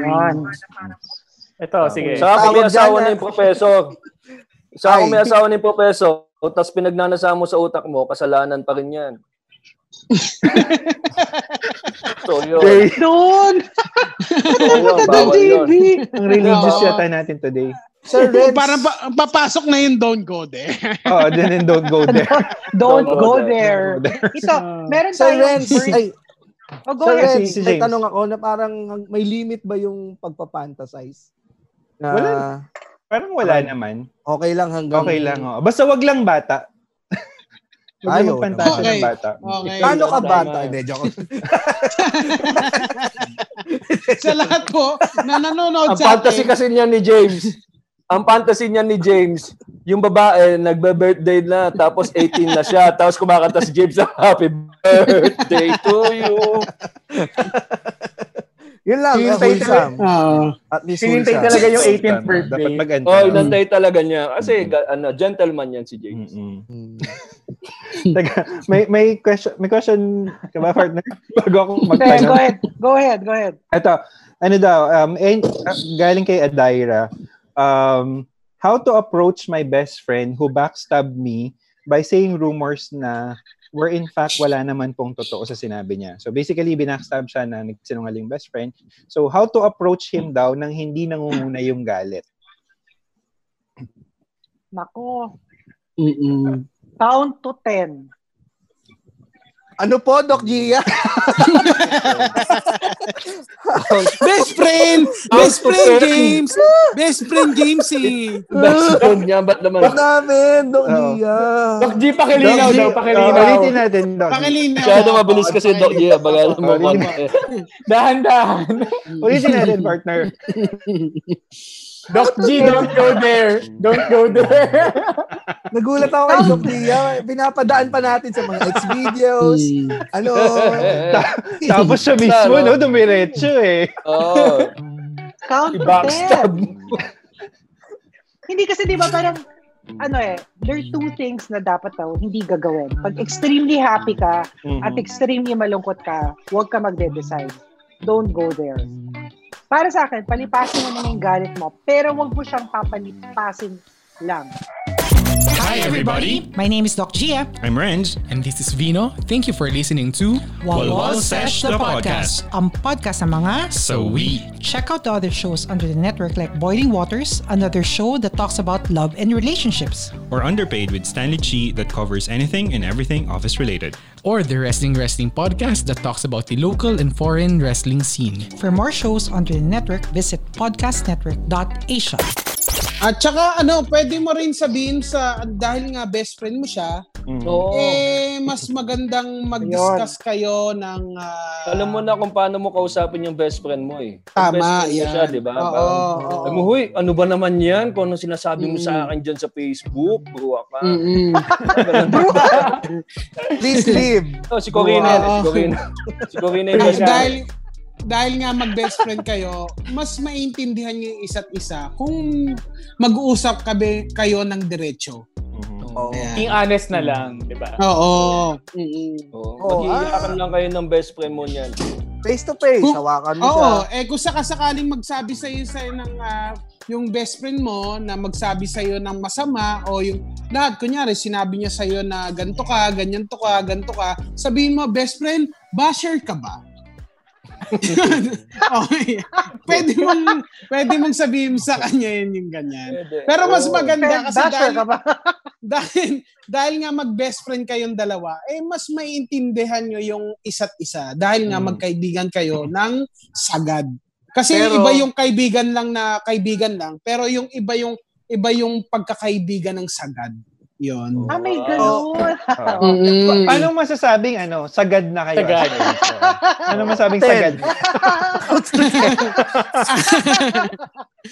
Hmm.
Yun.
Ito, sige.
Sa ako may
Tawag dyan
asawa
na-
na yung professor. Sa ako
Ay.
may asawa na yung professor. Tapos pinagnanasa mo sa utak mo, kasalanan pa rin <laughs> yan. so yun.
Doon!
So, yun, bawal yun.
Ang religious
Oo.
yata natin today.
Sir Renz,
Parang pa- papasok na yung don't go there.
Oh, <laughs> then and don't go there.
Don't
Don't
go
go
there. <laughs> Ito, meron
Hmm. Sir
tayong...
Renz, ay,
Oh, go
Sir
ahead.
Renz,
Si- si
may
James.
tanong ako na parang may limit ba yung pagpapantasize? Na,
Wala. Parang wala naman.
Okay lang hanggang...
Okay lang. Oh. Basta wag lang bata. <laughs> Wag
Ayaw
lang magpantasya
naman.
ng bata.
Okay.
Paano ka
Tama.
bata? Hindi, joke.
sa lahat po na nanonood
Ang
sa
fantasy
atin.
kasi niya ni James. Ang fantasy niya ni James, yung babae, nagbe-birthday na, tapos 18 na siya, tapos kumakanta si James na, Happy birthday to you.
Yun lang, eh,
Hinintay
wholesome.
Oo.
At least
Hinintay
wholesome.
talaga yung 18th
Tama. Dapat
birthday.
mag-antay.
Oh, inantay talaga niya. Kasi, ga- ano, gentleman yan si James.
Mm-mm.
Hmm.
Teka, may may question, may question ka ba partner <laughs> bago ako
Renz, go
magtanong?
ahead. Go ahead, go ahead.
Ito, ano daw, um, en- ah, galing kay Adaira. Um, how to approach my best friend who backstabbed me by saying rumors na were in fact wala naman pong totoo sa sinabi niya. So basically, binackstab siya na nagsinungaling best friend. So how to approach him daw nang hindi nangunguna yung galit?
Nako,
Mm-mm.
count to 10.
Ano po, Doc <laughs> Gia?
Best friend! Best friend games! Best friend games eh!
Best friend niya, ba't naman?
Ba't namin, Doc
Oo.
Gia?
Doc G, pakilinaw
Oh,
daw, pakilinaw.
ulitin natin, Doc.
Pakilinaw.
Masyado mabilis kasi, Doc Gia, bagal mo
Sorry.
konti.
<laughs>
<laughs>
Dahan-dahan.
Ulitin natin, partner.
Doc G, don't go there. Don't go there.
<laughs> Nagulat ako kay Doc Gia. Pinapadaan pa natin sa mga X-videos. ano?
Tapos siya mismo, no,
Claro.
dumiretso eh.
Oh,
Count to
backstab.
10. <laughs> Hindi kasi di ba parang, ano eh, there are two things na dapat daw hindi gagawin.
Mm.
Pag extremely happy ka at extremely malungkot ka, huwag ka magde-decide. Don't go there. Para sa akin, palipasin mo na yung galit mo, pero huwag mo siyang papalipasin lang.
Hi, everybody.
My name is Doc Gia.
I'm Renz.
And this is Vino. Thank you for listening to
Walwal Sesh, the podcast.
Ang podcast ng mga
So we
Check out the other shows under the network like Boiling Waters, another show that talks about love and relationships.
or Underpaid with Stanley Chi that covers anything and everything office related.
or the Wrestling Wrestling podcast that talks about the local and foreign wrestling scene.
For more shows under the network, visit podcastnetwork.asia.
At saka ano, pwede mo rin sabihin sa dahil nga best friend mo siya,
Oo.
eh mas magandang mag-discuss kayo ng ah,
Alam mo na kung paano mo kausapin yung best friend mo eh. Yung
Tama,
best friend mo
yan.
siya, di ba?
Oo,
Parang,
oo.
<laughs> Alam mo, huy, ano ba naman yan? Kung ano sinasabi mo
Mm.
sa akin dyan sa Facebook, bruwa ka.
Mm-mm. <laughs>
Ganun.
Please leave.
Oh, si Corina yan, eh, si
Oo.
Corina. si Corina yung
At
best friend.
dahil dahil nga mag-best friend kayo, mas maintindihan niyo yung isa't isa kung mag-uusap kabe, kayo ng diretso.
Mm-hmm.
Oo.
Being
Ayan.
honest na lang, di ba?
Oo. Mm-mm.
Oo.
Oo,
Mag-iiyakan
ah.
lang kayo ng best friend mo niyan.
Face to face,
Kung-
hawakan mo siya.
Oo, eh kung sakasakaling magsabi sa iyo sa ng ah, yung best friend mo na magsabi sa iyo ng masama o yung lahat kunyari sinabi niya sa iyo na ganto ka, ganyan to ka, ganto ka, sabihin mo best friend, basher ka ba? <laughs> okay. Pwede mong pwede mong sabihin sa kanya yun yung ganyan.
Pwede.
Pero mas
Oo.
maganda kasi
Basher
dahil,
ka ba? <laughs>
<laughs> dahil, dahil nga mag-best friend kayong dalawa, eh mas maintindihan nyo yung isa't isa dahil nga magkaibigan kayo ng sagad. Kasi
Pero-
iba yung kaibigan lang na kaibigan lang, pero yung iba yung iba yung pagkakaibigan ng sagad. 'Yon.
Ah, may ganun.
Mm. <laughs>
<laughs>
Paano masasabing ano, sagad na kayo?
Sagad.
ano masabing
Ten.
sagad?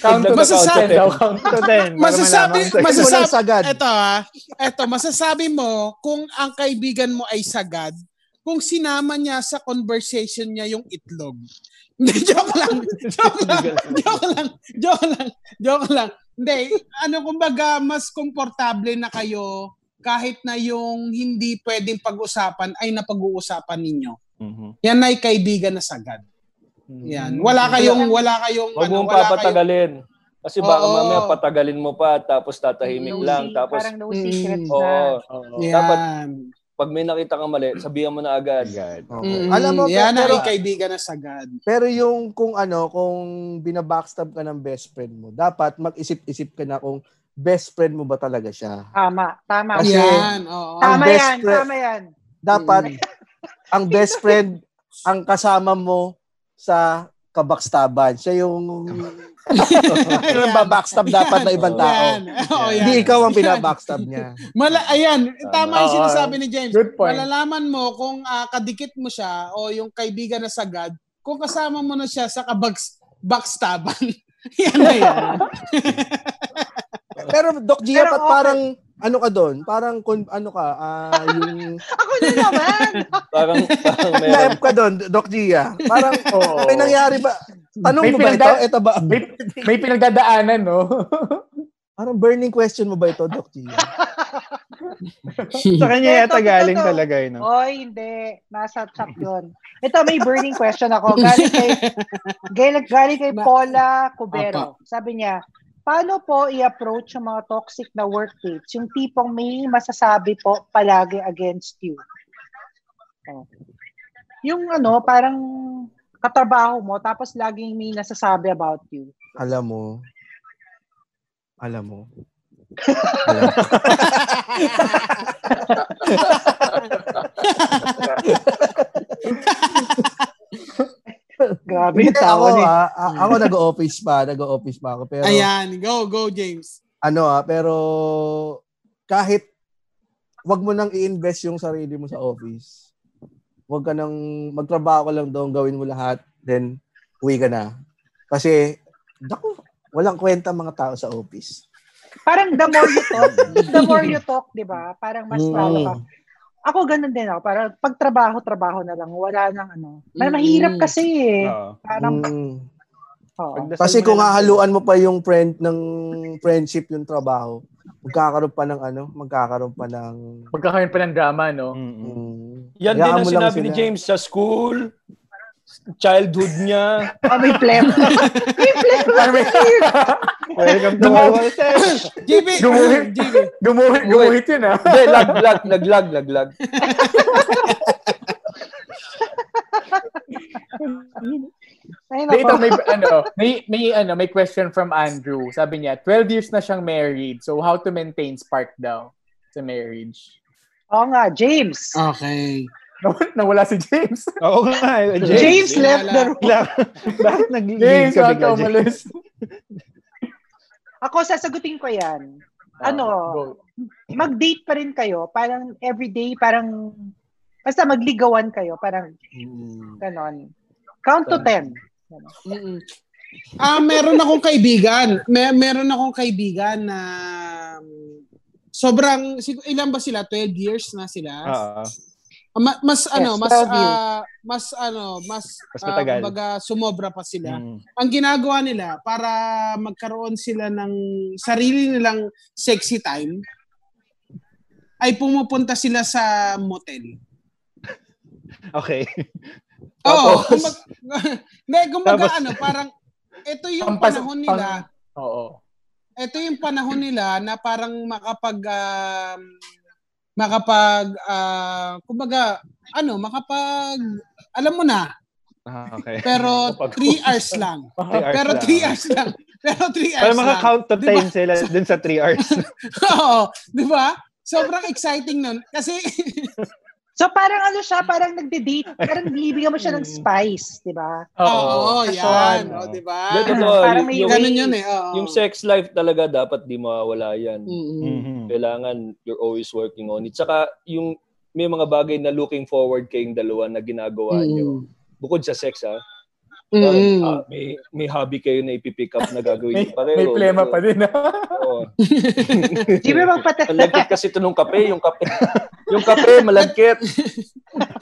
Count to the
Masasabi-
count to
Count to ten. para
Masasabi,
malaman kung sagad.
Mas- Walang
masasabi,
sagad.
eto ah, eto, masasabi mo kung ang kaibigan mo ay sagad, kung sinama niya sa conversation niya yung itlog. <laughs> Hindi, joke lang. Joke lang. Joke lang. Joke lang. Joke lang. Hindi, ano kumbaga, mas komportable na kayo kahit na yung hindi pwedeng pag-usapan ay napag-uusapan ninyo.
Mm-hmm.
Yan ay kaibigan na sagad. Yan. Wala kayong, wala kayong,
Huwag
ano,
mong
wala kayong,
papatagalin. Kasi baka
Oo.
mamaya patagalin mo pa tapos tatahimik
No
lang.
se-
Tapos,
Parang no
Mm.
secrets
oo.
na.
Dapat
yan.
pag may nakita kang mali, sabihan mo na agad.
Oo.
Mm,
Alam mo,
yan
pero,
ay kaibigan na sagad.
pero yung kung ano, kung binabackstab ka ng best friend mo, dapat mag-isip-isip ka na kung best friend mo ba talaga siya.
Tama, tama.
Kasi-
yan, oo.
Ang
Tama
best
yan,
friend-
tama yan. Mm.
Dapat <laughs> ang best friend ang kasama mo sa kabakstaban. Siya yung yung babackstab dapat na ibang
Yan.
tao.
Oo, yan.
Hindi ikaw ang binabackstab niya.
<laughs> Mala- ayan, tama yung
Oo.
sinasabi ni James.
Good point.
Malalaman mo kung ah, kadikit mo siya o yung kaibigan na sagad, kung kasama mo na siya sa kabags- backstaban. <laughs> yan na
<laughs>
yan.
Pero Doc Gia,
Pero
ba't
okay.
parang ano ka doon? Parang kun- ano ka, ah, yung
Ako na
<laughs>
naman.
Parang, parang meron.
na ka doon, Doc Gia. Parang
Oo.
may nangyari ba? Tanong
May
mo ba ito?
pinagda-
Ito ba?
May, may pinagdadaanan, no?
Parang burning question mo ba ito, Doc Gia?
Sa kanya yata
Ito,
galing
ito,
talaga yun. no?
Oy, hindi. Nasa chat yun. Ito, may burning question ako. Galing kay, galing, galing kay Paula Cubero. Sabi niya, paano po i-approach yung mga toxic na workmates? Yung tipong may masasabi po palagi against you. Oh. Yung ano, parang katrabaho mo, tapos laging may nasasabi about you.
Alam mo. Alam mo. Alam mo.
Grabe
Hindi,
yung tawa
ako,
niya.
ah, ah, ako nag-office pa, nag-office pa ako. Pero,
Ayan, go, go James.
ano ah, pero kahit wag mo nang i-invest yung sarili mo sa office. Wag ka nang magtrabaho ka lang doon, gawin mo lahat, then uwi ka na. Kasi dako, walang kwenta ang mga tao sa office.
Parang the more you talk, the more you talk, di ba? Parang mas
Mm.
tao ka. Ako ganun din ako. Parang pag trabaho, trabaho na lang. Wala nang ano. Mas
Mm.
mahirap kasi eh.
Oo.
Parang,
Mm.
oo.
Oh.
Pagdasal
Kasi
mo
kung
na lang-
hahaluan mo pa yung friend ng friendship yung trabaho, magkakaroon pa ng ano, magkakaroon pa ng
Magkakaroon pa ng drama, no?
Mm-mm.
mm,
Yan din
hayaan
ang
mo lang
sinabi ni
sila.
James sa school. childhood niya.
Oh, may pleb. <laughs> may <laughs> pleb.
<laughs> Welcome to One Wall Sesh.
JB,
Gumuhit.
JB.
Gumuhit, gumuhit yun
<laughs>
ah.
Hindi, lag, lag, naglag, naglag.
Ay,
Dito
nako.
<laughs>
may ano, may may ano, may question from Andrew. Sabi niya, 12 years na siyang married. So how to maintain spark daw sa marriage? <laughs>
Oo nga, James.
Okay.
Naw- Nawala si James.
Oo nga. eh,
James
James.
left the room.
<laughs> Bakit nag-leave
James,
kami
bakit
ka,
ka
James?
umalis?
Ako, sasagutin ko yan. Ano?
Ah, Go.
Mag-date pa rin kayo. Parang everyday, parang... Basta magligawan kayo. Parang Mm. ganon. Count to ten.
Mm-mm.
Ah, meron akong kaibigan. May meron akong kaibigan na um, sobrang sig- ilan ba sila? 12 years na sila.
Oo.
Ma- mas ano, mas
12 years.
ah, mas ano, mas
Mas
ah,
matagal.
kumbaga, sumobra pa sila.
Mm.
Ang ginagawa nila para magkaroon sila ng sarili nilang sexy time ay pumupunta sila sa
<laughs>
motel.
Okay. Tapos?
Oo. Kumbaga, <laughs> Hindi, kumbaga
Tapos?
ano, parang ito yung
Pampas-
panahon nila.
pang- Oo.
ito yung panahon nila na parang makapag um, makapag ah, kumbaga ano makapag alam mo na
Ah, okay.
pero
Kapag-
3 hours lang pero 3 hours lang pero 3
Para
hours lang
maka-count to
Diba?
10 sila dun sa 3 hours.
<laughs> oo di ba sobrang exciting nun kasi <laughs>
So parang ano siya, parang nagde-date, parang binibigyan mo siya ng spice, di ba?
oo
Oo.
yan oh, di ba
Hindi, totoo.
Parang may
Yung-
ganun yun eh oo
Yung sex life talaga dapat di mawawala yan.
Mm-mm.
Mm-hmm.
Mhm.
Kailangan you're always working on it. Saka yung may mga bagay na looking forward kayong dalawa na ginagawa nyo. Bukod sa sex ha. Parang,
Mm-mm.
ah, may, may hobby kayo na ipipick up na gagawin
May,
nyo pareho.
may plema pa
<laughs>
din ah. <laughs>
Oo.
Di ba magpata-
Ang lagkit kasi ito nung kape. Yung kape, yung kape malagkit.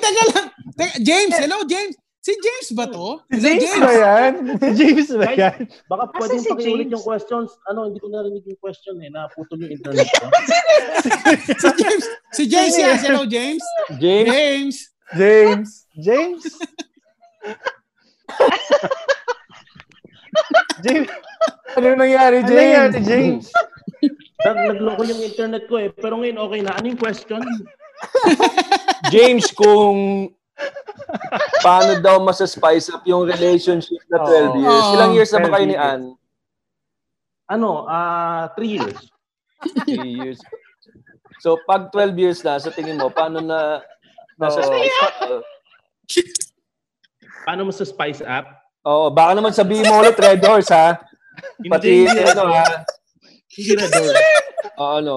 Teka lang. Teka, James, hello James. Si James ba to?
Si James ba <laughs> yan?
Si Ano James ba yan?
Baka <laughs>
Asan
pwede
si
pakiulit
James?
yung questions. Ano, hindi ko narinig yung question eh. Naputol yung internet ko.
Si James. Si James yes. Hello James.
James,
James.
James. <laughs>
James? James?
Ano nangyari,
Ano yan,
James?
James?
<laughs> Nag- Nagloko yung internet ko eh. Pero ngayon okay na. Ano yung question?
<laughs> James kung paano daw masa-spice up yung relationship na 12 years.
Oo.
Ilang years na ba kayo ni
12 years.
Ann?
Ano, ah, three years.
3 years. So, pag 12 years na, sa tingin mo, paano na nasa spice up?
Oh. <laughs> Paano mo sa spice up?
Oo, baka naman sabihin mo ulit Red Horse, ha? Pati,
hindi,
ano, ha?
hindi na door.
Oo, ano.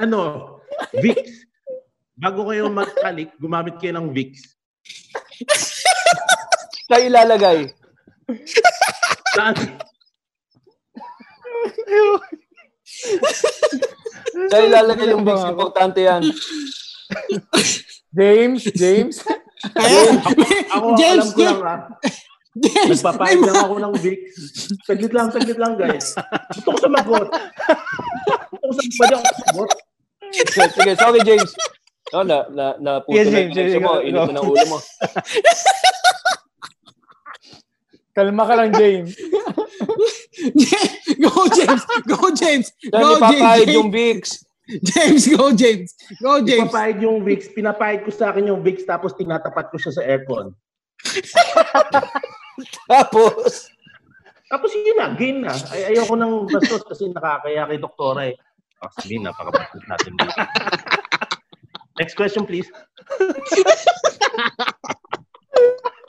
Ano, Vicks. Bago kayo magtalik, gumamit kayo ng Vicks.
Tayo ilalagay.
Saan?
Tayo ilalagay yung bigs. Importante yan.
James,
<laughs>
James.
<laughs>
Ako, alam
James,
ko lang ah. ha.
James.
Nagpapain lang ako ng Vicks. Saglit lang, saglit lang guys. Gusto ko sumagot. Gusto ko sumagot. Pwede ako sumagot.
Sige, sige. Sorry, James. No, na, na, na, puto
Yes,
na
James,
yung
James,
isa mo.
ikaw-
Init na ng ulo mo.
Kalma ka lang, James.
go James. Go James.
Dahil
Go
ipapahid yung
James.
bigs.
James. Go James. Go James.
Ipapahid yung Vicks. Pinapahid ko sa akin yung Vicks tapos tinatapat ko siya sa aircon.
Tapos,
Tapos yun na, game na. Ay, ayoko nang bastos kasi nakakaya kay doktora eh. Oh, sige, napakabastos natin. Next question, please.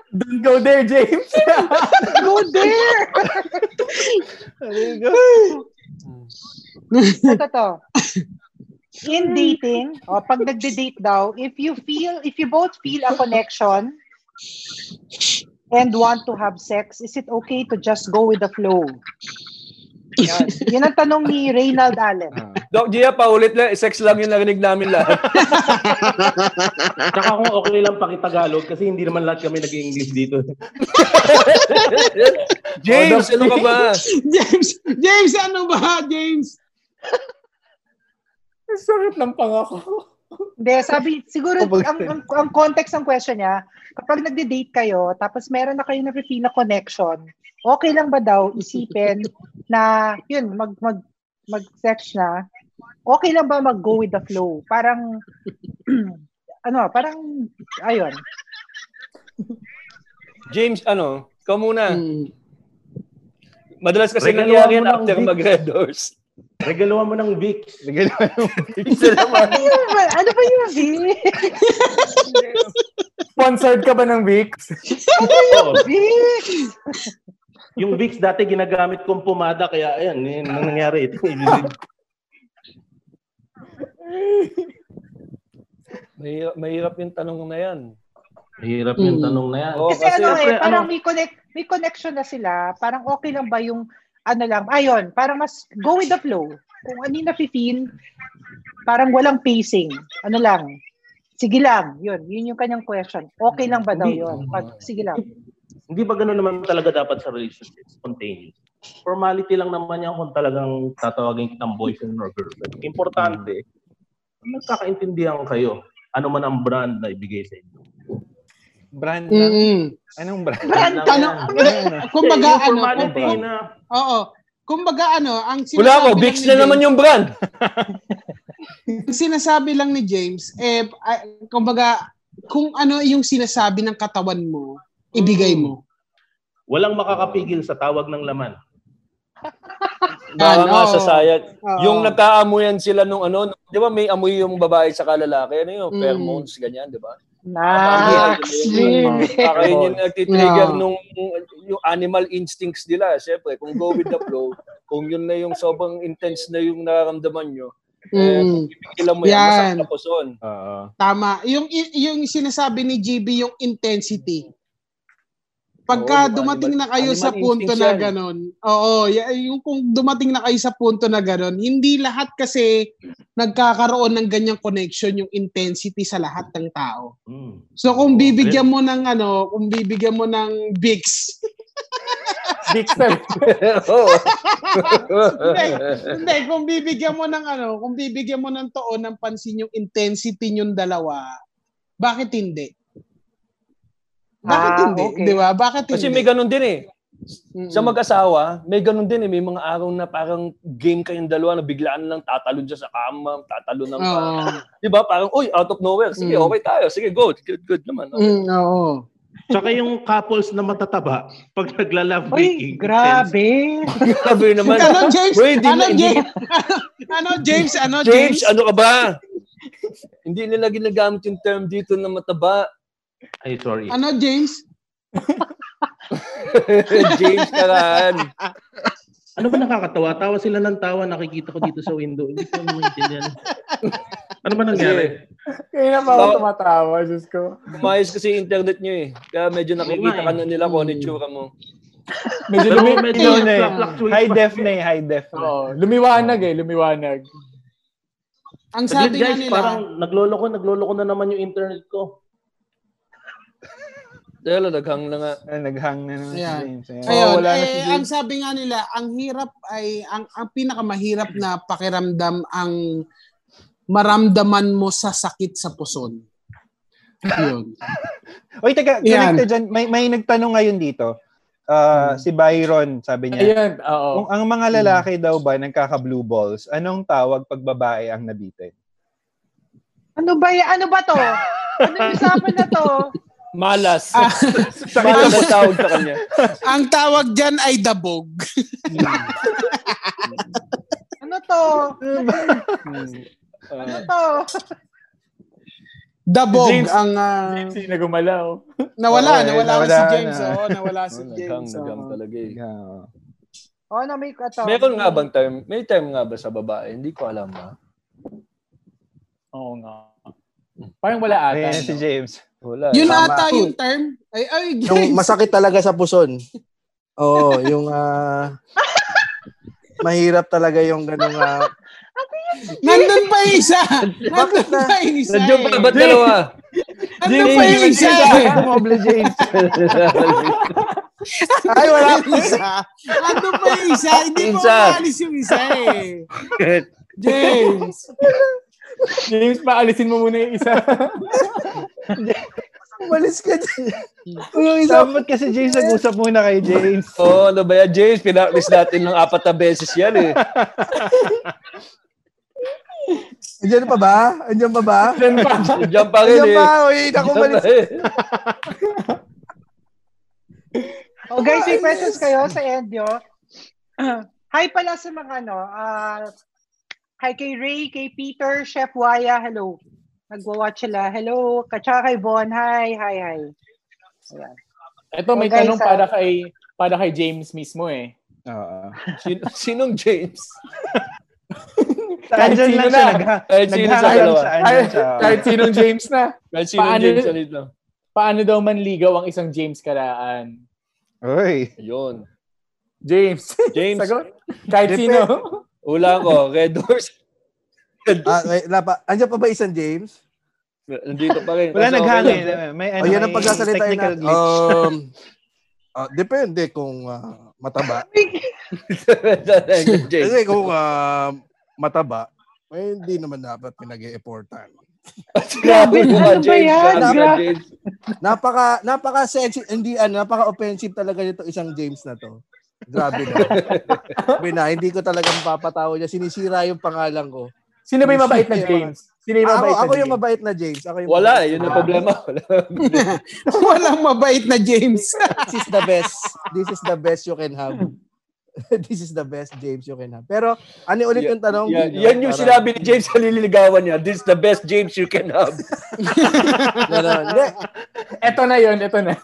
Don't go there, James.
Go there!
There you go.
Ito to.
Hmm.
In dating, o pag nagde-date daw, if you feel, if you both feel a connection and want to have sex, is it okay to just go with the flow? Yan. Yan ang tanong ni Reynald Allen.
Doc Gia, paulit na. Sex lang yung narinig namin lahat.
Tsaka kung okay lang pakitagalog kasi hindi naman lahat kami nag-English dito.
James, ano ka ba?
James. James, ano ba? James.
Ang sakit ng pangako.
Hindi, sabi, siguro ang, ang, ang context ng question niya, kapag nagde-date kayo, tapos meron na kayo na-feel na connection, okay lang ba daw isipin na, yun, mag, mag, mag-sex na, okay lang ba mag-go with the flow? Parang, <clears throat> ano, parang, ayun.
James, ano? Ikaw muna. Madalas kasi
Regaluhan
nangyari
mo
yan
ng
after
Vicks.
mag-red doors.
Regaluhan mo ng Vicks.
Regaluhan
mo ng Vicks.
<laughs> Ano ba, ano ba yung V?
Sponsored ka ba ng Vicks?
Oo.
<laughs> V?
Yung Vicks dati ginagamit kong pumada kaya ayan, yun ang nangyari. Ito, ibig-
Mahirap, mahirap yung tanong na yan.
Hirap yung
Hmm.
tanong na yan.
Oo,
Kasi, ano eh,
syempre,
parang may, connect, may connection na sila, parang okay lang ba yung, ano lang, ayun, parang mas go with the flow. Kung ano yung nafe-feel, parang walang pacing. Ano lang, sige lang, yun, yun yung kanyang question. Okay lang ba daw
Hindi.
yun? Pag, sige lang.
Hindi ba gano'n naman talaga dapat sa relationship? Spontaneous. Formality lang naman yan kung talagang tatawagin kitang boyfriend or girlfriend. Importante,
Hmm.
magkakaintindihan kayo. Ano man ang brand na ibigay sa inyo.
Brand lang. Anong brand?
Brand,
Ano
ano?
yan?
Kumbaga,
Yung
ano?
formality
kung-
na.
Oo. Kumbaga, ano, ang sinasabi
Wala ko,
lang
Bix
ni
na
James-
naman yung brand.
Ang sinasabi lang ni James, eh, ah, kumbaga, kung ano yung sinasabi ng katawan mo, ibigay
Mm.
mo.
Walang makakapigil sa tawag ng laman.
Baka
Yan,
nga,
oo.
sasayag.
Oo.
Yung nagkaamuyan sila nung ano, di ba may amoy yung babae sa lalaki, ano yung
Mm.
pheromones, ganyan, di ba?
Nax,
Baka yun yung nagtitrigger
Yeah.
nung yung animal instincts nila. Siyempre, kung go with the flow, kung yun na yung sobrang intense na yung nararamdaman nyo,
Mm.
ilan mo yan,
Yan.
masakit na puson.
Tama. Yung yung sinasabi ni GB yung intensity.
Oo,
Pagka
diba?
dumating
animal-
na kayo sa
animal
punto
instinct
na
yan.
ganon. Oo, y- yung kung dumating na kayo sa punto na ganon, hindi lahat kasi nagkakaroon ng ganyang connection yung intensity sa lahat ng tao.
Hmm.
Mm.
So kung bibigyan mo ng ano, kung bibigyan mo ng Bix.
Vicks na.
<laughs> Oo.
hindi, hindi, kung bibigyan mo ng ano, kung bibigyan mo ng toon ng pansin yung intensity yung dalawa, bakit hindi? Bakit
Ah,
hindi?
okay.
Di ba? Bakit
Kasi
hindi?
may ganun din eh.
Mm-mm.
Sa mag-asawa, may ganun din eh. May mga araw na parang game kayong dalawa na biglaan lang tatalo dyan sa kama, tatalo ng
Oo.
Di ba? Parang, uy, out of nowhere. Sige,
Mm.
okay tayo. Sige, go. Good, good naman.
<laughs> Mm, oo.
Tsaka yung couples na matataba pag nagla-love making.
Uy, grabe.
Grabe naman.
Ano, James?
Uy, di
ano,
na- hindi-
James? <laughs> ano, James? Ano,
James,
James?
ano ka ba? <laughs> Hindi nila ginagamit yung term dito na mataba. <laughs>
Ay, sorry.
Ano, James?
James Karan.
Ano ba nakakatawa? Tawa sila ng tawa. Nakikita ko dito sa window. Hindi ko maintindihan. Ano ba nangyari?
Kaya na pa ako
Oh.
Bawa-
tumatawa, Diyos ko.
Umayos kasi yung internet nyo eh. Kaya medyo nakikita ka na nila kung ano yung tsura mo.
Medyo
Pero
lumi-
medyo
Ano eh,
fluctuate
High
pa.
def na eh, high def na.
Oo, lumiwanag eh, lumiwanag.
Ang
Saglit,
sabi nga
guys,
nila,
parang nagloloko, nagloloko na naman yung internet ko.
Dahil naghang na nga.
Ah, Naghang na naman si
Ayan.
James. Ayan. Oh,
ayun,
wala na si
eh,
James.
ang sabi nga nila, ang hirap ay, ang, ang pinakamahirap na pakiramdam ang maramdaman mo sa sakit sa puson. <laughs> Yun.
Oy, teka,
Ayan.
connected dyan. May, may nagtanong ngayon dito. Ah,
Hmm.
Si Byron, sabi niya.
Ayun, oo.
Kung ang mga lalaki
Hmm.
daw ba nagkaka-blue balls, anong tawag pag babae ang nabitin?
Ano ba, y- ano ba to? Ano yung usapan na to?
Malas.
Ah.
<laughs> Malas ang tawag sa kanya.
ang tawag dyan ay dabog.
Ano to? Ano to?
Dabog
James-
ang ah,
Hindi na gumalaw.
Oo,
nawala,
eh,
nawala, na
nawala
si James.
na.
Oo, nawala si
Naghang,
James.
naghang
oo.
talaga eh.
Yeah.
Oh, na may ito.
Meron nga bang term? May term nga ba sa babae? Hindi ko alam ah. ha.
Oo nga. Parang wala ata.
Ayan si
no?
James.
Wala. eh.
Yun
Tama.
ata yung term. Ay, ay,
<laughs> Yung
James.
masakit talaga sa puson. Oo, yung ah, mahirap talaga yung ganung ah,
Nandun pa yung <laughs> isa. Nandun
Bakit na?
pa yung isa.
Nandiyo pa
eh.
ba dalawa? <laughs>
Nandun pa yung isa.
<laughs>
Moble James.
Ay, wala.
Yung isa. Nandun pa yung isa. Hindi pa
Isa.
umalis yung isa eh. James.
James, paalisin mo muna yung isa.
Umalis ka dyan. Yung isa-
Dapat kasi James, nag-usap muna kay James.
Oo, oh, ano ba yan, James? Pinaklis natin ng apat na beses yan eh.
Andiyan pa ba? Andiyan pa ba?
Andiyan pa.
Diyan pa rin
Andiyan
eh.
pa. Uy, naku,
Diyan
malis.
pa rin.
Oh, guys, may questions kayo sa end, yo. hi pala sa mga, ano, ah, hi kay Ray, kay Peter, Chef Waya, hello. Nagwa-watch sila. Hello. Katsaka kay Bon, hi, hi, hi. Ayan.
Ito, may
Okay,
tanong
so-
para kay para kay James mismo eh.
Oo.
Sin- sinong James?
Kahit
Andyan
sino
lang
na.
siya. Nagha-
Kahit sino sa
naghaharang
dalawa.
sa ano,
Kahit,
sa...
kahit sinong James na.
Kahit sinong
Paano-
James ano ito?
Paano daw manligaw ang isang James Karaan?
Uy.
Ayun.
James.
James.
<laughs> Sagot. Kahit
Depende.
sino.
Hula ko. Red Horse.
Ah, wait, wala pa. Andiyan pa ba isang James?
Nandito pa rin.
Wala
Kaso
naghangin.
eh.
<laughs> okay lang.
May ano,
Ano Ayan ang
may
pagsasalita
technical
natin.
glitch.
Um, ah, depende kung ah, mataba.
James.
Kasi kung ah, mataba, eh, hindi naman dapat pinag-e-effortan.
Grabe naman,
Ano ba
James.
yan?
Grabe naman,
Grabe.
James.
Napaka napaka sensitive hindi ano, napaka offensive talaga nito isang James na to. Grabe
<laughs>
na. Grabe na, hindi ko talaga mapapatawa niya. Sinisira yung pangalan ko.
Sino ba yung mabait na James? Sino yung
Ako,
mabait na
ako yung
James?
mabait na James. Ako yung
Wala. eh.
mabait.
Yun ang problema. Wala.
Walang mabait na James.
This is the best. This is the best you can have. <laughs> This is the best James you can have. Pero ano ulit yung tanong?
Yan,
Gino?
yan yung
Parang-
sinabi ni James sa lililigawan niya. This is the best James you can <laughs> have.
Ganun. Hindi.
Ito na yun, ito na.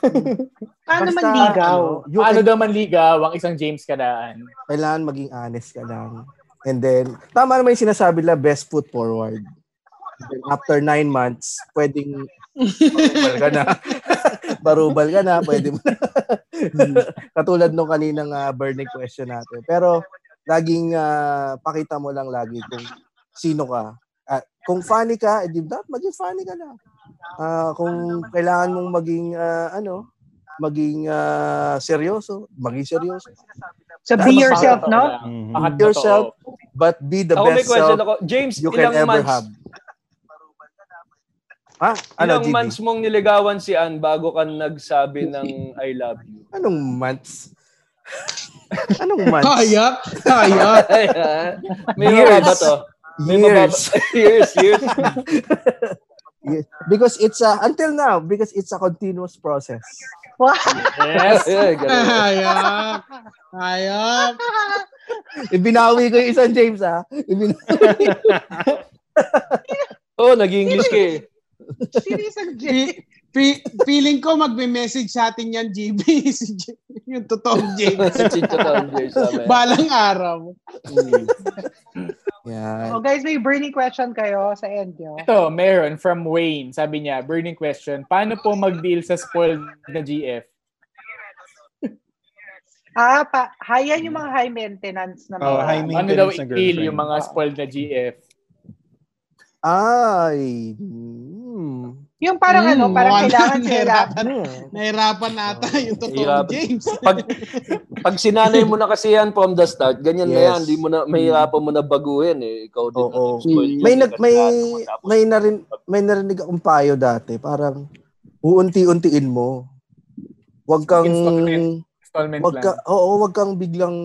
Paano
Basta,
manligaw?
ano, you
<laughs> Paano
can-
daw manligaw ang isang James Karaan?
kailangan maging honest ka lang. And then, tama naman yung sinasabi nila, best foot forward. Then after nine months, pwedeng barubal ka na. <laughs> barubal ka na, pwede mo na. <laughs> Katulad nung kaninang uh, burning question natin. Pero, laging ah, pakita mo lang lagi kung sino ka. At kung funny ka, edi dapat maging funny ka na. Ah, kung kailangan mong maging, ah, ano, maging ah, seryoso, maging seryoso.
So
Dapat
be yourself,
ano. <laughs>
Pakatotoo Ano lang.
no?
Pakatotoo.
Yourself, but be the
ako may
best
question
self
ako. James,
you can
ilang
ever
months,
have. Ha? Ano,
ilang
GB?
months mong niligawan si Ann bago ka nagsabi ng I love you? <laughs>
Anong months? <laughs> Anong months?
Kaya? Kaya?
Ayan. May mababa to. May
Years.
mababa- <laughs> years, years.
Yes. Because it's a, until now, because it's a continuous process.
<laughs> Yes. Ayan, ganun.
Hayop. Hayop.
Ibinawi ko yung isang James, ha? Ibinawi.
<laughs> Oo, oh, nag-English ka eh.
Serious ang J.
Fe- feeling ko magme-message sa atin yan, GB. Si J- yung totoong James.
Chicha to, James. sabi.
Balang araw.
Yan.
Oh, guys, may burning question kayo sa end, yo.
Ito, meron from Wayne. Sabi niya, burning question. Paano po mag-deal sa spoiled na GF?
Ah, pa, hayan yung mga high maintenance na mga.
Oh, high
Ano daw
maintenance na
i-deal yung
girlfriend.
mga spoiled na GF?
Ay. Hmm.
Yung parang ano,
Mm,
parang
<laughs>
wala.
kailangan sila.
Nahirapan, nahirapan ata yung totoong
Oh, Hirap.
James. <laughs>
Pag, pag sinanay mo na kasi yan from the start, ganyan na
Yes.
yan. Di mo na, mahirapan mo na baguhin eh. Ikaw din
Oo.
na spoil
May nag may may narin may narinig akong payo dati, parang uunti-untiin mo. Huwag kang
Installment. Installment
wag ka,
lang.
oo, wag kang biglang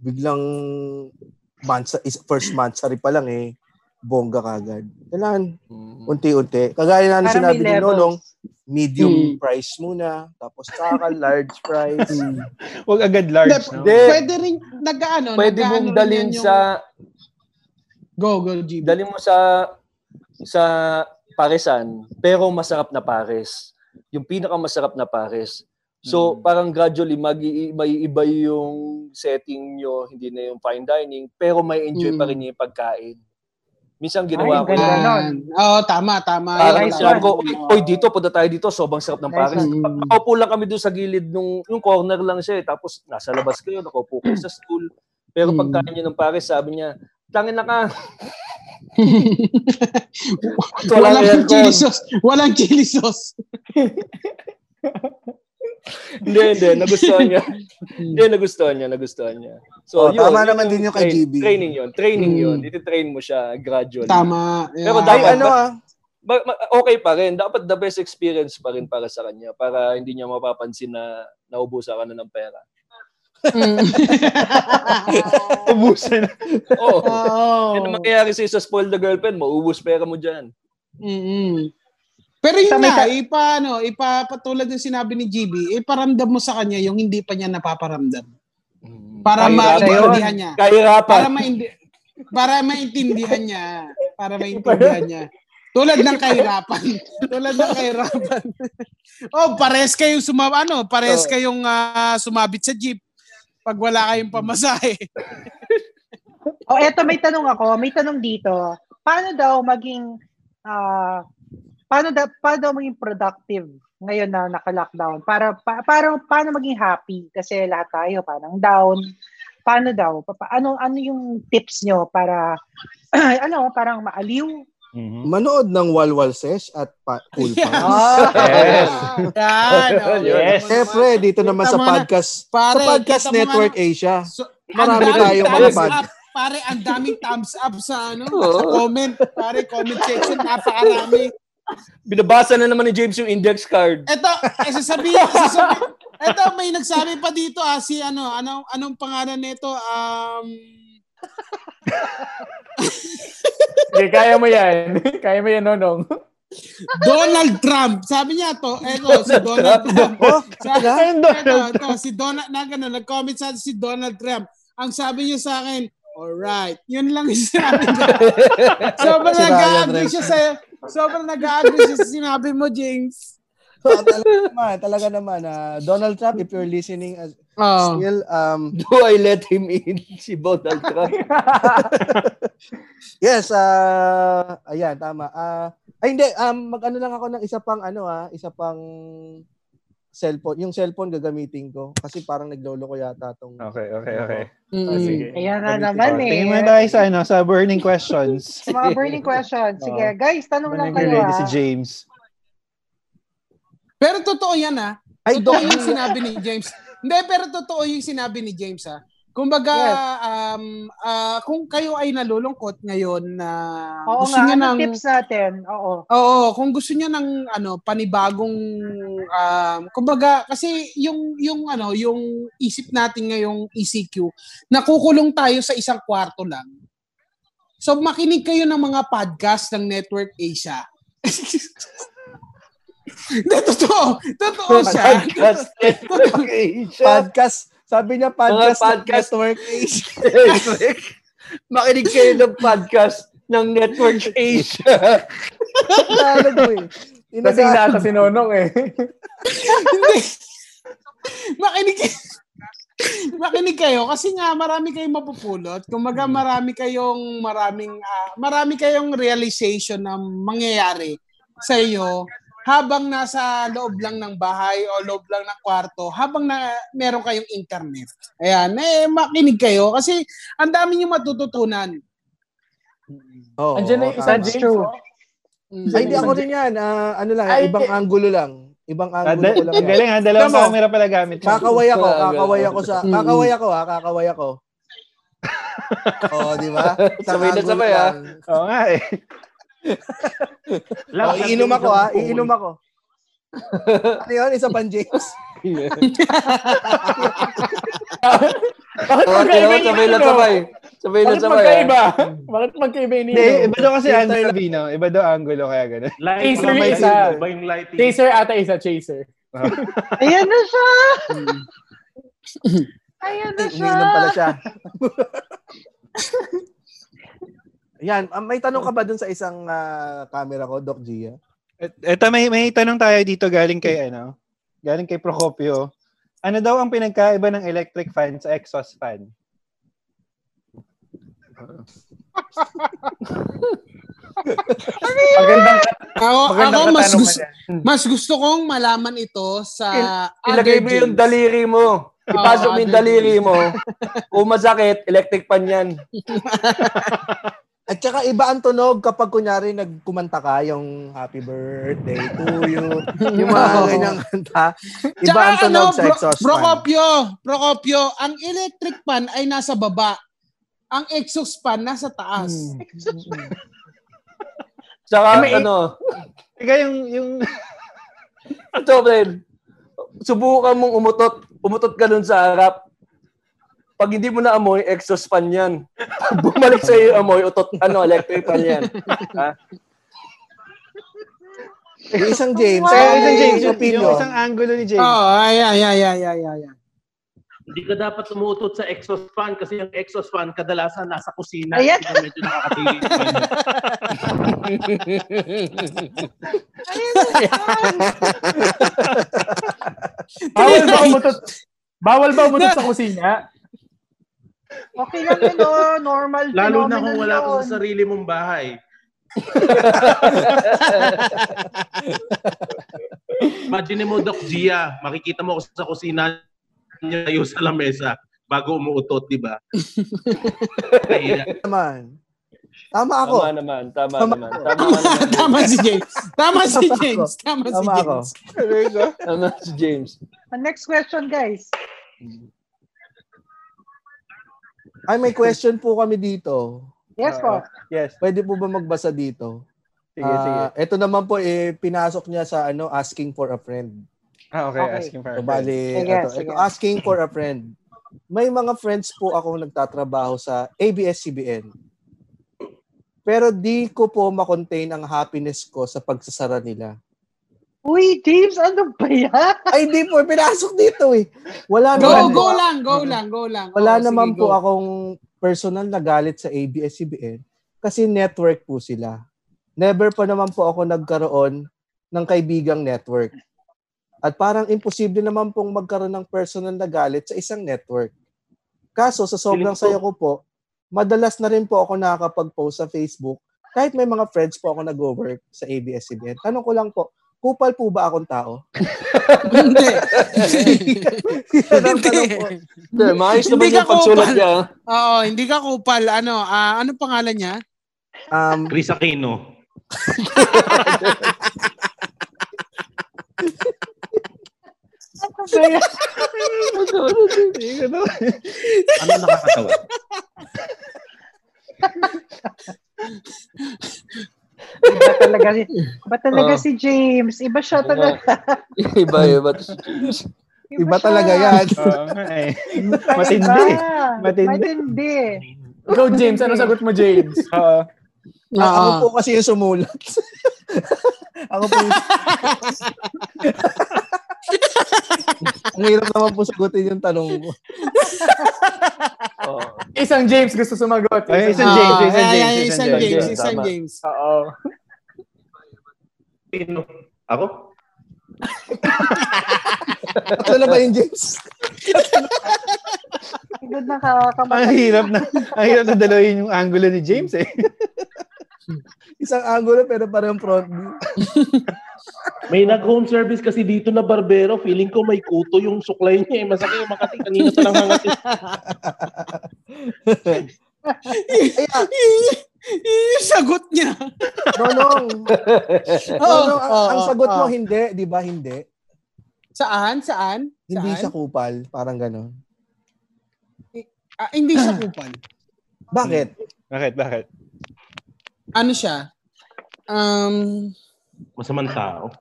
biglang month sa- is first month sari pa lang eh bongga kagad. Kailangan
Mm.
unti-unti. Kagaya na ng
Parang may
sinabi ni Nonong,
levels.
medium price muna, tapos saka <laughs> large price.
Huwag agad large.
Hindi.
no?
Hindi.
Pwede rin, nag-ano,
Pwede mong
nag-ano rin
dalhin
yan yung-
sa,
Go, go, GB.
dalhin mo sa, sa paresan, pero masarap na pares. Yung pinakamasarap na pares.
Hmm.
So, parang gradually, mag may iba yung setting nyo, hindi na yung fine dining, pero may enjoy pa rin niya yung pagkain. Minsan ginawa ko
Hmm. Ay, ganda
yun.
nun.
Ganon. Oo, tama, tama. <laughs>
Parang
nice
sabi
one.
ko, uy, uy, dito, punta tayo dito. Sobrang sarap ng
Nice
Paris.
one.
Pa- Nakaupo lang kami doon sa gilid nung, nung corner lang siya. Eh. Tapos nasa labas kayo, nakaupo kayo sa school. Pero
Hmm.
Mm.
pagkain niyo ng Paris, sabi niya, tangin na ka. <laughs> Walang
walang
aircon.
chili sauce. Walang chili sauce.
Hindi, hindi. Nagustuhan niya. Hindi, nagustuhan niya. Nagustuhan niya.
Hmm. Oh, tama naman din yung kay Hmm.
train-
GB.
Training yun. Training
Mm.
yun. Ititrain mo siya gradually.
Tama.
Pero
yeah.
dapat,
Ay, ano ah.
ba- ma- okay pa rin. Dapat the best experience pa rin para sa kanya. Para hindi niya mapapansin na naubusa ka na ng pera.
Mm.
<laughs>
Ubusan.
Oh.
Oo.
Oo.
Yan ang mangyayari sa'yo sa spoil the girlfriend mo. Uubos pera mo dyan.
Mm-mm. Pero yun
Sa may
na,
ka-
ipa, ano, ipa, patulad ng sinabi ni GB, iparamdam mo sa kanya yung hindi pa niya napaparamdam.
Hmm.
Para
Kahirapan.
maintindihan niya. Para
Kahirapan.
maindi para maintindihan niya, para maintindihan niya. Tulad ng kahirapan. Tulad ng kahirapan. <laughs> oh, pares kayong sumab ano, pares
Oo.
kayong ah, sumabit sa jeep pag wala kayong pamasahe.
O Oh, eto may tanong ako, may tanong dito. Paano daw maging ah paano daw paano daw maging productive ngayon na naka-lockdown? Para pa, para paano maging happy kasi lahat tayo parang down. Paano daw? Pa, ano ano yung tips nyo para <clears throat> ano, parang maaliw?
Manood ng Walwal Sesh at pa- Cool Pals.
Yes.
<laughs> Yan. oh,
Yes.
yan naman.
Siyempre, dito naman
Kita
sa
mo na-
podcast,
Pare,
sa Podcast
kita mo nga
Network
na-
Asia.
So,
Marami
ang daming
tayong mga
thumbs
bad-
up, Pare, ang daming thumbs up sa ano, sa comment. Pare, comment section, napakarami.
Binabasa na naman ni James yung index card. <laughs>
Eto, eh, <laughs> sasabihin, sasabihin. Eto, may nagsabi pa dito ah, si ano, anong, anong pangalan nito? Um,
Okay, kaya mo yan. <laughs> Kaya mo yan, Nonong.
Donald Trump. Sabi niya to, eto, si Donald Trump. Sabi, eto, eto, si Donald, na gano'n, nag-comment sa atin si Donald Trump. Ang sabi niya sa akin, alright, yun lang yung sinabi <laughs> niya. Sobrang
Si Ryan
nag-agree
Rex.
siya sa'yo. Sobrang nag-agree siya sa sinabi mo, James.
Ah, <laughs> talaga naman, talaga naman. ah, Donald Trump, if you're listening, as
Oh.
still, um,
Do I let him in? <laughs> Si Donald Trump.
yes, ah, ayan, tama. Ah, ay, hindi, um, mag-ano lang ako ng isa pang, ano ah, isa pang cellphone. Yung cellphone gagamitin ko kasi parang naglolo ko yata tong
Okay, okay, okay.
Ah,
Oh, sige.
Ayan na naman eh.
Tingin muna tayo sa, ano, sa burning questions.
Sa
<laughs>
mga burning questions. Sige, guys, tanong lang
Burning
kayo
ready
ah.
si James.
Pero totoo yan ah.
Ay,
Totoo
Doc,
yung sinabi ni James. Hindi, pero totoo yung sinabi ni James ah. Kumbaga,
Yes.
um, ah, kung kayo ay nalulungkot ngayon na
Oo
gusto
nga,
niya
ano
ng...
tips natin? Oo.
Oo, kung gusto niya ng ano, panibagong um, kumbaga kasi yung yung ano, yung isip natin ngayong ECQ, nakukulong tayo sa isang kwarto lang. So makinig kayo ng mga podcast ng Network Asia. <laughs> Hindi, totoo. Totoo siya.
Podcast
<laughs>
Network Asia.
podcast, sabi niya podcast,
Mga podcast.
network.
Network. Makinig kayo ng podcast ng Network Asia.
Tagalog mo eh.
Lasing na ata
Inagaan-
si Nonong
<laughs>
eh.
Hindi. makinig kayo. makinig kayo kasi nga marami kayong mapupulot. Kumaga
Hmm.
marami kayong maraming ah, marami kayong realization na mangyayari sa iyo habang nasa loob lang ng bahay o loob lang ng kwarto, habang na meron kayong internet. Ayan, eh makinig kayo kasi ang dami niyo matututunan.
Oo,
Andiyan na yung isa,
tama.
James.
true.
oh.
Mm.
Ay, di ako rin yan. Ah, ano lang,
Ay,
ibang
di-
angulo lang. Ibang
Ah,
angulo
da-
ko lang.
ang
yan.
galing ha, dalawang
Tama.
camera pala gamit mo.
Kakaway ako,
Ah,
kakaway ako sa,
Mm.
kakaway ako ha, kakaway ako. <laughs> Oo, di ba?
Sabay na
Isang
sabay, ah.
angulo
ha?
lang.
Oo nga eh.
<laughs> Oh, iinom ako ha, iinom ako. Ano yun? Isa pang James.
Bakit
Sabay
magkaiba yung
sabay lang
ano?
sabay. Sabay lang
Bakit
sabay. ah.
magkaiba? Bakit magkaiba yung
Hindi,
nino?
iba daw kasi angulo, Bino. Iba daw angulo, kaya ganun.
Light,
Taser
may
isa.
silbo ba yung lighting?
Chaser ata isa, chaser.
Ayan na siya! Ayan na siya!
Umiinom pala siya. <laughs> Yan, ah, may tanong ka ba dun sa isang ah, camera ko, Doc Gia?
Ito, may, may tanong tayo dito galing kay, ano, galing kay Procopio. Ano daw ang pinagkaiba ng electric fan sa exhaust fan?
Magandang
Ako, ako
magandang
mas,
katanungan
gusto,
yan.
mas gusto kong malaman ito sa
Ilagay
other
mo yung
James.
daliri mo. Ipasok mo yung
other
daliri mo. Kung masakit, electric pan yan.
At saka iba ang tunog kapag kunyari nagkumanta ka yung happy birthday to you. yung mga
Oo.
ganyang kanta. Iba
Tsaka
ang tunog
ano,
sa
Bro-
exhaust fan.
Procopio, Procopio, ang electric pan ay nasa baba. Ang exhaust fan nasa taas.
Hmm.
Tsaka
Eh, may-
ano,
Teka, yung,
<laughs>
yung...
ito, Bren, subukan mong umutot. Umutot ka dun sa harap. Pag hindi mo na amoy, exhaust fan yan. <laughs> Pag bumalik sa iyo amoy, utot, ano, electric fan yan. Ha?
Yung isang James.
Teka,
ay,
isang James, yung,
opinion.
yung isang angulo ni James.
Oo, ay, ay, ay, ay, ay, ay, ay.
Hindi ka dapat tumutot sa exhaust fan kasi yung exhaust fan kadalasan nasa kusina.
Ayan.
Kaya medyo nakakatingin
<laughs>
pa yun.
Bawal ba umutot? Bawal ba umutot sa kusina?
Okay lang yun, oh. normal
Lalo na
phenomenon
kung wala ka
yun.
sa sarili mong bahay. Imagine mo, Doc Gia, makikita mo ako sa kusina niya tayo sa lamesa bago umuutot, di
<laughs>
ba? Kaya,
Ano naman. Tama ako.
Tama naman, tama,
Tama
naman.
ako.
Tama, naman.
<laughs> Tama si James. Tama si
Tama ako.
James. Tama si
Tama ako.
James.
Tama si James.
Ang Ah, next question, guys.
Ay, may question po kami dito.
Yes po.
Ah.
Yes.
Pwede po ba magbasa dito?
Sige, sige.
Ah, Ito naman po, eh, pinasok niya sa ano asking for a friend.
Ah, okay.
okay.
Asking for
So,
a
<laughs>
friend.
bali,
Sige,
ito,
sige.
ito, asking for a friend. May mga friends po ako nagtatrabaho sa ABS-CBN. Pero di ko po makontain ang happiness ko sa pagsasara nila.
Uy, James, ano ba
<laughs>
yan?
Ay, di po. Pinasok dito eh. Wala
Go,
naman
go
po,
lang, go lang, go lang.
wala
Oo, sige,
naman po
go. <laughs>
akong personal na galit sa ABS-CBN kasi network po sila. Never pa naman po ako nagkaroon ng kaibigang network. At parang imposible naman pong magkaroon ng personal na galit sa isang network. Kaso sa sobrang
Feeling
saya ko po, madalas na rin po ako nakakapag-post sa Facebook kahit may mga friends po ako nag-work sa ABS-CBN. Tanong ko lang po, kupal po ba akong
<laughs>
tao?
Hindi.
Yan ang tanong po.
Hindi, maayos naman
Hindi ka
yung pagsulat
kupal.
niya. ah.
Oo, hindi ka kupal. Ano, ah, ano pangalan niya?
Um,
Chris Aquino.
Ano ba yan?
Ano nakakatawa?
Iba talaga si, iba
Oh.
talaga si James. Iba siya talaga.
Iba, iba. Si James.
iba
siya.
talaga
<laughs>
yan.
Oo nga eh.
Iba,
Matindi.
iba.
Matindi.
Ah, Matindi.
Go, James. Ano sagot mo, James?
Oo.
A- Ah, Ako po
Oo.
kasi yung sumulat. <laughs> ako po
<laughs>
yung... Ang hirap naman po sagutin yung tanong ko.
Oo.
Isang James gusto sumagot.
Ay, isang
Ah,
James, isang
ay, ay,
James,
isang James, isang
Tama.
James.
Oo.
Aquino. Ako?
Tatlo na ba yung James?
Hindi na nakakamatay.
Ang hirap na, ang hirap na dalawin yung angulo ni James eh.
Isang angulo pero parang front view.
May nag-home service kasi dito na barbero. Feeling ko may kuto yung suklay niya. Eh. Masakit yung makati. Kanina pa lang hangat yun.
Ayan,
Yung <laughs> sagot niya.
Nonong. Nonong, ang,
<laughs> oo,
ang sagot mo
oo.
hindi, di ba hindi?
Saan? Saan?
Hindi
Saan?
siya kupal, parang gano'n.
Ah, hindi siya kupal.
Bakit?
Bakit, bakit?
Ano siya? Um,
Masamang tao.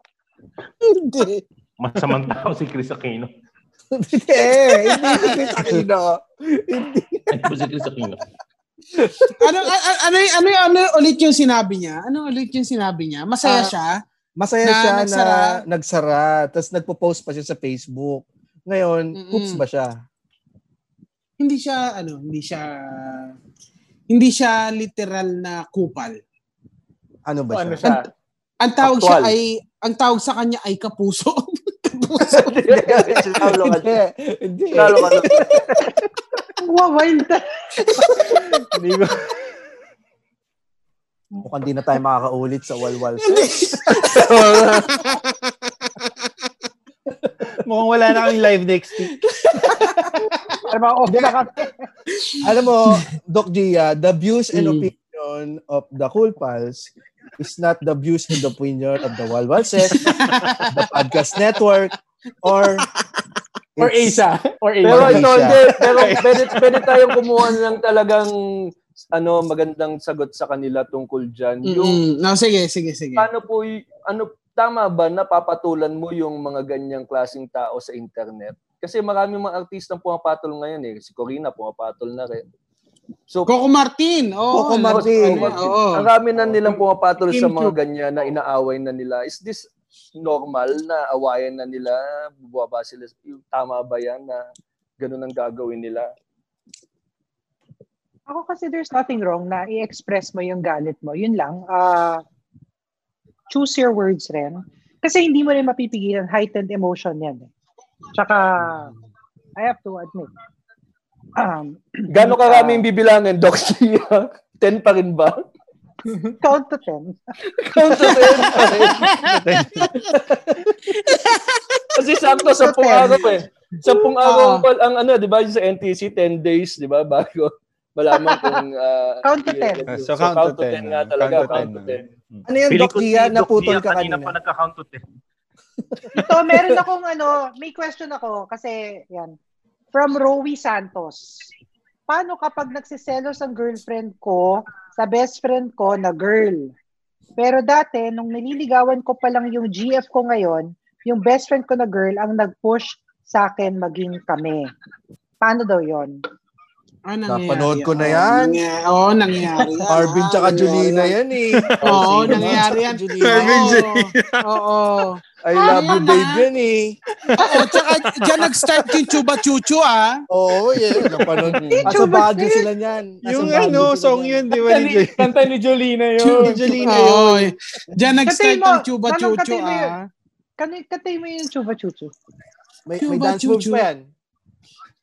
hindi.
Masamang tao si Chris Aquino.
Hmm.
<laughs> Hindi, hindi si
<laughs>
Chris Aquino.
Ay, po si Chris Aquino.
Ano, a- a- ano, y- ano, y- ano, ulit yung sinabi niya? Ano ulit yung sinabi niya?
Ah.
Masaya siya?
Masaya
Na
siya
nagsara.
na nagsara, tapos nagpo-post pa siya sa Facebook. Ngayon,
Mm-mm.
oops ba siya?
Hindi siya, ano, hindi siya, hindi siya literal na kupal.
Ano ba
Ano
siya?
siya?
Ang tawag
Actual.
siya ay, ang tawag sa kanya ay
<laughs>
kapuso. kapuso.
Lalo ka
<laughs>
Hindi, hindi.
<laughs> Lalo ka na.
Ang wawild na.
Hindi ko,
Mukhang di na tayo makakaulit sa walwal. Sesh.
mukhang wala na kaming live next week.
Ano ba? Off na ka.
Alam mo, Doc Gia, the views and
Mm.
opinions opinion of the Cool Pals is not the views and opinion of the Walwalses, the podcast network, or
Or
it's-
Asa. Or Asa.
Pero
Pero ito,
hindi
hindi.
siya.
Pero pwede, pwede tayong kumuha ng talagang ano, magandang sagot sa kanila tungkol dyan. Yung
Mm-mm. Mm, No, sige, sige, sige.
paano po, y- ano, tama ba napapatulan mo yung mga ganyang klaseng tao sa internet? Kasi maraming mga artistang pumapatol ngayon eh. Si Corina pumapatol na rin. So,
Coco Martin. Oh,
Coco Martin.
Oo.
Ano ang dami na nilang pumapatol
Kim
sa mga
Chu.
ganyan na inaaway na nila. Is this normal na awayan na nila? Buwaba sila? Yung Tama ba yan na ganun ang gagawin nila?
Ako kasi there's nothing wrong na i-express mo yung galit mo. Yun lang. Ah, choose your words rin. Kasi hindi mo rin mapipigilan. Heightened emotion yan. Eh. Tsaka, I have to admit. Um,
Gano'ng karami yung bibilangin, Doc Gia? <laughs> 10 pa rin ba?
count to 10.
Count to 10 pa rin. <laughs> Kasi sakto sa pung araw eh. Sa pung araw
Oo.
well, ang ano, 'di ba, sa NTC 10 days, 'di ba, <laughs> bago malaman kung ah,
Count to 10.
i-
So, count to 10
nga
na.
talaga,
Count to
count to
10 na.
10.
Ano yan,
Feeling
Doc
ko si
Gia?
Doc
Naputol
Gia
ka
kanina
kanina.
pa nagka-count to 10.
Ito, meron akong ano, may question ako kasi, yan. From Rowie Santos. Paano kapag nagsiselos ang girlfriend ko sa best friend ko na girl? Pero dati, nung nililigawan ko pa lang yung GF ko ngayon, yung best friend ko na girl ang nag-push sa akin maging kami. Paano daw yon?
Ah, nangyayari.
Napanood ko na
Oo,
yan.
nangyayari. Oo, oh, nangyayari. yan,
Arvin
ah,
tsaka
nangyayari
Julina
yan.
yan eh.
Oo,
Sino ba?
nangyayari yan.
Julina.
Arvin,
Oo.
Oo. Oo,
I love you,
Ano na?
babe yan eh.
tsaka dyan nag-start yung Chuba Chuchu, ah.
Oo, yeah. Napanood. Nasa
Chuba
Baguio
Sir.
sila niyan. Nasa
Yung
Baguio
ano,
sila
song
niyan.
yun, di ba?
Kanta
Ni
ni, kanta ni Jolina
Ni
yun.
Jolina yun.
Oo. Dyan nag-start
Katay mo,
yung Chuba
Manong,
Chuchu,
katay mo yun.
ah.
Kani- Katay mo yung chuba chuchu.
May, may
Chuba
dance moves
Chuchu.
pa yan.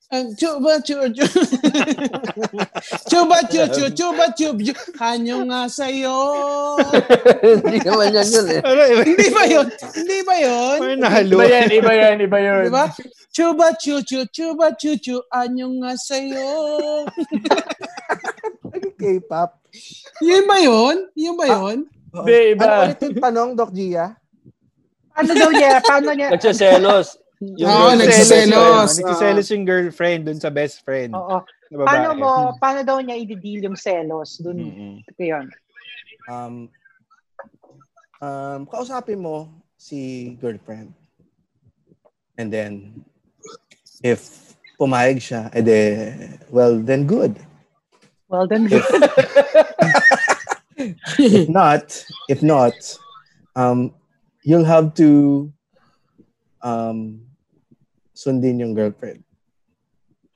Ang Ah, Chuba Chuchu. <laughs> Chuba Chuchu, Chuba Chuchu. Hanyo nga sa'yo.
<laughs> Hindi naman yan yun <laughs> eh.
Ano, iba,
Hindi ba yun? Hindi ba yun?
parang nahalo.
Iba yan, iba yan, iba yun.
Di ba? Chuba Chuchu, Chuba Chuchu. Anyo nga sa'yo.
K-pop.
Yun ba yun? Yun
Ah,
ba yun?
Oo.
Hindi, iba.
Ano ulit yung tanong, Doc Gia?
Paano daw niya? Paano niya?
Nagsiselos. Yung
Oo,
girlfriend.
nagsiselos.
Nagsiselos yung girlfriend dun sa best friend.
Oo.
na babae.
Paano mo, paano daw niya i-deal yung selos? Dun,
Mm-mm.
ito yun.
Um, um, kausapin mo si girlfriend. And then, if pumayag siya, ede, well, then good.
Well
<laughs>
done.
If not, if not, um, you'll have to um, sundin yung girlfriend.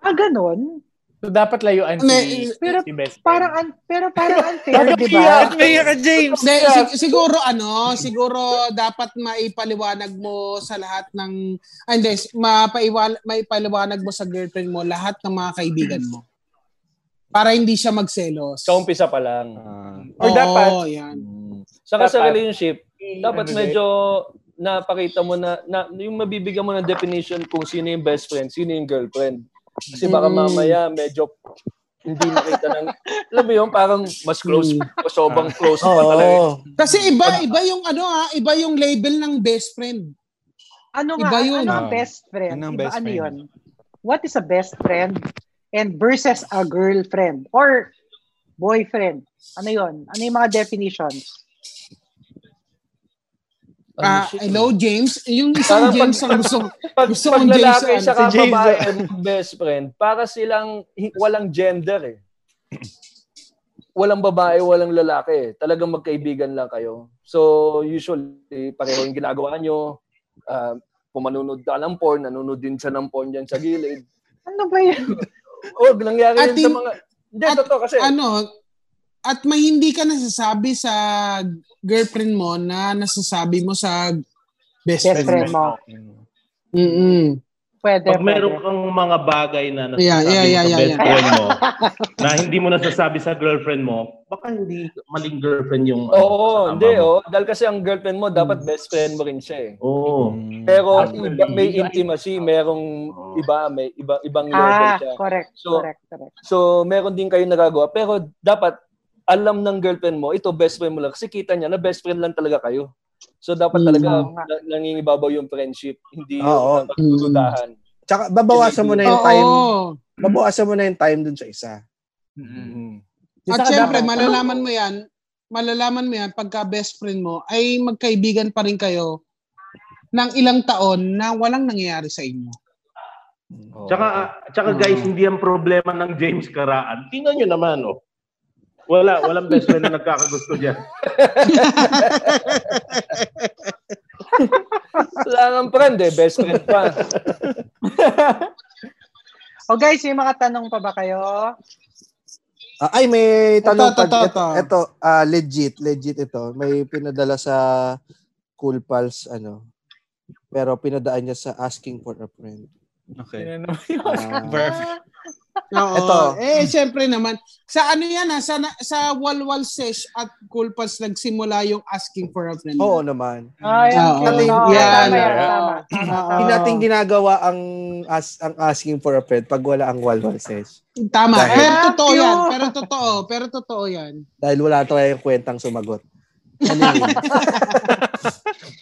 ah, ganun.
So, dapat layuan si,
Pero
si best friend.
parang, un, pero parang unfair,
Bakit
di
iyak?
ba?
Umiyak ka,
ah,
James!
Hindi, sig- siguro ano, siguro dapat maipaliwanag mo sa lahat ng, ah, hindi, mapaiwal, maipaliwanag mo sa girlfriend mo lahat ng mga kaibigan mo. Para hindi siya magselos.
Sa umpisa pa lang.
Or
Oo,
dapat,
yan.
Saka sa
Dapat.
relationship, dapat
Ano
medyo napakita mo na, na yung mabibigyan mo ng definition kung sino yung best friend, sino yung girlfriend. Kasi baka
Mm.
mamaya medyo hindi nakita ng alam mo yun, parang mas close, mas sobrang close pa talaga.
Oo.
Kasi iba, iba yung ano ha, iba yung label ng best friend.
Ano
Iba
nga,
yun.
Ah.
ano ang best friend?
Ano ang
Iba,
best
ano
friend?
yun? What is a best friend and versus a girlfriend or boyfriend? Ano yun? Ano yung mga definitions?
Ah, hello James, yung
Ano eh? Parang
isang
pag-
James ang
<laughs>
gusto.
Pag,
Gusto
pag
kong James
lalaki
ano,
siya
si James,
babae
ah.
best friend, para silang hi- walang gender eh. Walang babae, walang lalaki. eh. Talagang magkaibigan lang kayo. So, usually, pareho yung ginagawa nyo. Ah, kung manunod ka ng porn, nanonood din siya ng porn dyan sa gilid.
Ano ba yun?
O, nangyari
At
yun sa
in-
mga... Hindi,
at-
totoo kasi.
Ano, at may hindi ka nasasabi sa girlfriend mo na nasasabi mo sa best,
Best friend
friend mo.
mo.
Mm-mm.
Pwede,
Pag meron
pwede.
kang mga bagay na nasasabi
Yeah, yeah, yeah,
mo sa
yeah,
best
yeah.
friend mo, na hindi mo nasasabi sa girlfriend mo, baka hindi maling girlfriend yung ano,
Oo,
kasama
hindi.
mo.
Oh. Dahil kasi ang girlfriend mo, dapat best friend mo rin siya eh.
Oo.
Pero
Actually,
iba, may
yun ang-
intimacy, merong
Oo.
iba, may iba, ibang level
Ah,
siya.
correct,
So,
correct, correct.
So, meron din kayong nagagawa. Pero dapat, alam ng girlfriend mo, ito best friend mo lang. Kasi kita niya na best friend lang talaga kayo. So
Hmm.
dapat talaga
Oo nga.
na- nangingibabaw yung friendship,
Oo.
hindi yung
Hmm.
pagdududahan.
Tsaka babawasan mo na yung
Oo.
time. Babawasan mo na yung time dun sa isa.
At
Saka
syempre,
dapat-
malalaman mo yan, malalaman mo yan pagka best friend mo ay magkaibigan pa rin kayo ng ilang taon na walang nangyayari sa inyo.
Tsaka,
ah,
ah, tsaka guys, hindi ang problema ng James Karaan. Tingnan nyo naman, oh. Wala, walang best friend na nagkakagusto dyan.
Wala kang friend eh, best friend pa.
O Oh, guys, may mga tanong pa ba kayo?
Ah, ay, may tanong
Ito, ito,
pag-
ito, ito.
Ito, ah, legit, legit ito. May pinadala sa Cool Pals, ano. Pero pinadaan niya sa asking for a friend. Ah,
Okay.
<laughs>
Oo.
Ito.
Eh, syempre naman. Sa ano yan ha? Sa, na- sa Walwal Sesh at Cool Pals nagsimula yung asking for a friend.
Oo naman.
Ay,
Ah,
ang
Oo.
cute. Oo,
Yan.
tama yan, tama. Tama,
Hindi
tama.
natin ginagawa ang as, ang asking for a friend pag wala ang walwal sesh.
Tama.
Dahil-
Pero totoo
cute.
yan. Pero totoo. Pero totoo yan.
Dahil wala tayong kwentang sumagot. Anyway.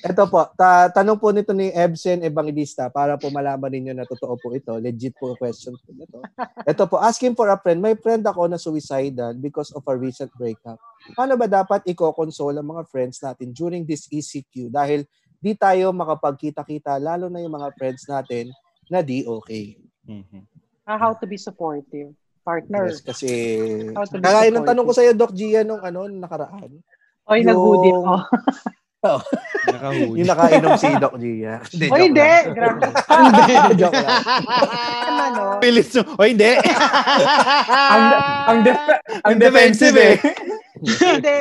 ito po, ta- tanong po nito ni Ebsen Evangelista para po malaman ninyo na totoo po ito. Legit po ang question po na to. Ito po, asking for a friend. May friend ako na suicidal because of a recent breakup. Paano ba dapat i-console ang mga friends natin during this ECQ? Dahil di tayo makapagkita-kita, lalo na yung mga friends natin na di okay.
Ah, how to be supportive. Partner.
Yes, kasi
How to be
kagaya ng
supportive.
tanong ko sa'yo, Doc Gia, nung ano, nung nakaraan.
Oy,
yung-
nag-hoodie ako.
Yung nakainom si Doc Gia. Hindi,
Oy,
joke
hindi.
lang.
Grabe.
joke lang.
Naman, oh.
Pilis mo. O hindi.
ang, ang, def- ang defensive eh.
Hindi.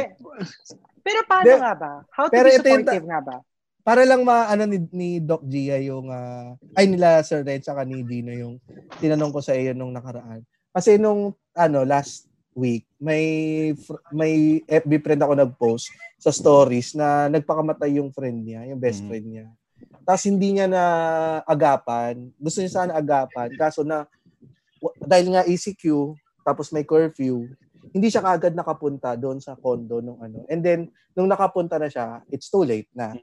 Pero paano
Hindi.
nga ba? How to
Pero
be
ito yung ta-
supportive nga ba?
Para lang maano ni, ni Doc Gia yung, ah, ay nila Sir Red saka ni Dino yung tinanong ko sa iyo nung nakaraan. Kasi nung, ano, last week, may fr- may FB friend ako nag-post sa stories na nagpakamatay yung friend niya, yung best
Mhm.
friend niya. Tapos hindi niya na agapan. Gusto niya sana agapan. Kaso na, wa- dahil nga ECQ, tapos may curfew, hindi siya kaagad nakapunta doon sa condo nung ano. And then, nung nakapunta na siya, it's too late na.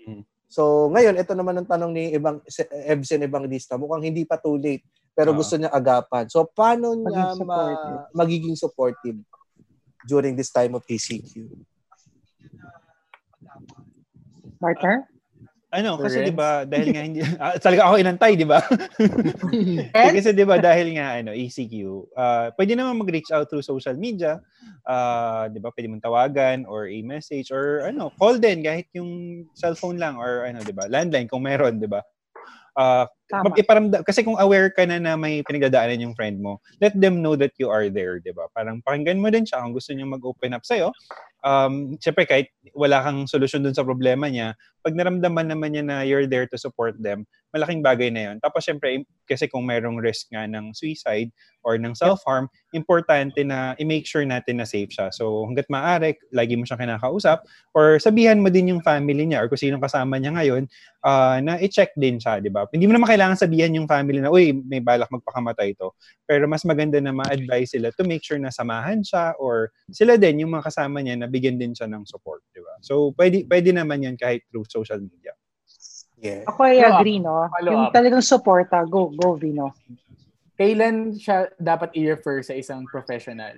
So, ngayon, ito naman ang tanong ni Ibang, Se- Ebsen Evangelista. Mukhang hindi pa too late, pero
Ah.
gusto niya agapan. So, paano niya
Maging
ma-
supportive.
magiging supportive during this time of ECQ?
Partner?
Ano, kasi
Correct.
'di ba dahil nga hindi ah, talaga ako inantay, 'di ba?
And?
kasi 'di ba dahil nga ano, ECQ, ah pwede naman mag-reach out through social media. ah 'di ba? Pwede mong tawagan or a message or ano, call din kahit yung cellphone lang or ano, 'di ba? Landline kung meron, 'di ba? Ah,
Tama.
iparamdam kasi kung aware ka na na may pinagdadaanan yung friend mo, let them know that you are there, 'di ba? Parang pakinggan mo din siya kung gusto niya mag-open up sa'yo. Um, syempre kahit wala kang solusyon dun sa problema niya, pag naramdaman naman niya na you're there to support them, malaking bagay na 'yon. Tapos syempre im- kasi kung merong risk nga ng suicide or ng self-harm, importante na i-make sure natin na safe siya. So hangga't maaari, lagi mo siyang kinakausap or sabihan mo din yung family niya or kung sino kasama niya ngayon ah, na i-check din siya, di ba? Hindi mo naman kailangan sabihan yung family na, uy, may balak magpakamatay ito. Pero mas maganda na ma-advise sila to make sure na samahan siya or sila din, yung mga kasama niya, na bigyan din siya ng support, di ba? So, pwede, pwede naman yan kahit through social media.
Yeah.
Ako ay
Follow up.
agree, no?
Follow
Yung
up.
talagang support, ah. Go, go, Vino.
Kailan siya dapat i-refer sa isang professional?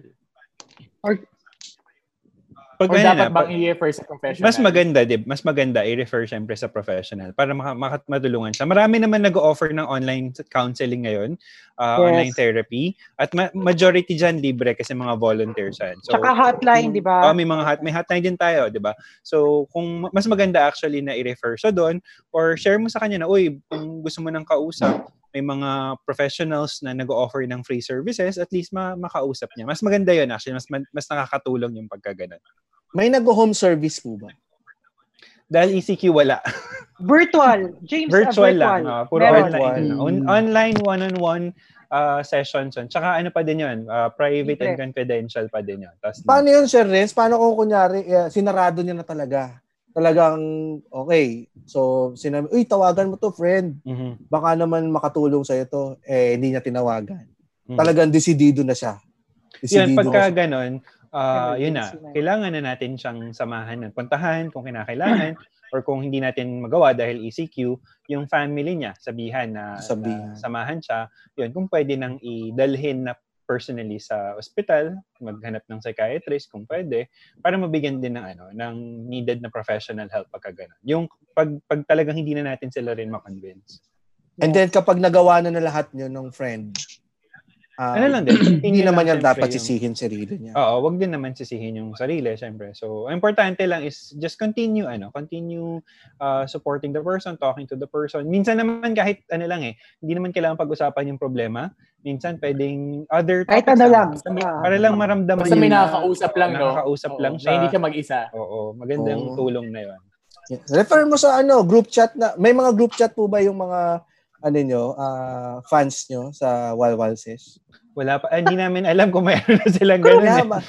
Pag
Or
ano
dapat
na,
bang
pag-
i-refer sa professional?
mas maganda, di, mas maganda i-refer syempre sa professional para maka, maka- matulungan siya. Marami naman nag-offer ng online counseling ngayon, uh,
Yes.
online therapy, at ma- majority dyan libre kasi mga volunteers yan. So,
Tsaka hotline, di ba?
Oh, may mga hot, may hotline din tayo, 'di ba? So, kung ma- mas maganda actually na i-refer siya doon or share mo sa kanya na, "Uy, kung gusto mo ng kausap, may mga professionals na nag-offer ng free services, at least ma- makausap niya." Mas maganda 'yon actually, mas man- mas nakakatulong yung pagkaganon.
May nag-home service po ba?
Dahil ECQ wala.
Virtual. James, ah,
<laughs> virtual, lang,
virtual.
ah, puro
Meron. Mm.
online.
Online.
On- online one-on-one ah, sessions 'yun. Tsaka ano pa din 'yun, ah, private and
Libre.
confidential pa din 'yun. Tas
Paano yun, Sir Renz? Paano kung kunyari, eh, sinarado niya na talaga? Talagang, okay. So, sinabi, uy, tawagan mo to, friend.
Mhm.
Baka naman makatulong sa'yo to. Eh, hindi niya tinawagan.
Mhm.
Talagang desidido na siya.
Yan,
Desidido na
pagka
siya.
ganon, Ah, yun na.
Emergency na.
Kailangan na natin siyang samahan ng puntahan kung kinakailangan or kung hindi natin magawa dahil ECQ, yung family niya, sabihan na, na
Sabihan.
samahan siya. Yun, kung pwede nang idalhin na personally sa ospital, maghanap ng psychiatrist kung pwede, para mabigyan din ng ano, ng needed na professional help pagka ganun. Yung pag, pag talagang hindi na natin sila rin makonvince.
And then kapag nagawa na na lahat niyo ng friend, ah,
Ano
<clears throat>
lang din,
hindi
opinion lang
naman yan
syempre
dapat
yung-
sisihin sarili niya.
Oo, wag din naman sisihin yung sarili, syempre. So, ang importante lang is just continue, ano, continue uh, supporting the person, talking to the person. Minsan naman kahit ano lang eh, hindi naman kailangan pag-usapan yung problema. Minsan pwedeng other
Kahit
topics
ano
lang.
lang.
Basta may-
Ah.
Para lang maramdaman
Basta may
niya na-
nakakausap lang, no?
Nakakausap
Oo,
lang
na
siya.
hindi siya mag-isa.
Oo, magandang
Oo.
tulong na yun.
Yeah. Refer mo sa ano, group chat na. May mga group chat po ba yung mga ano nyo, ah, fans nyo sa Walwalses?
Wala pa, ah, hindi namin alam kung mayroon na silang ganun.
Yan,
eh.
ba-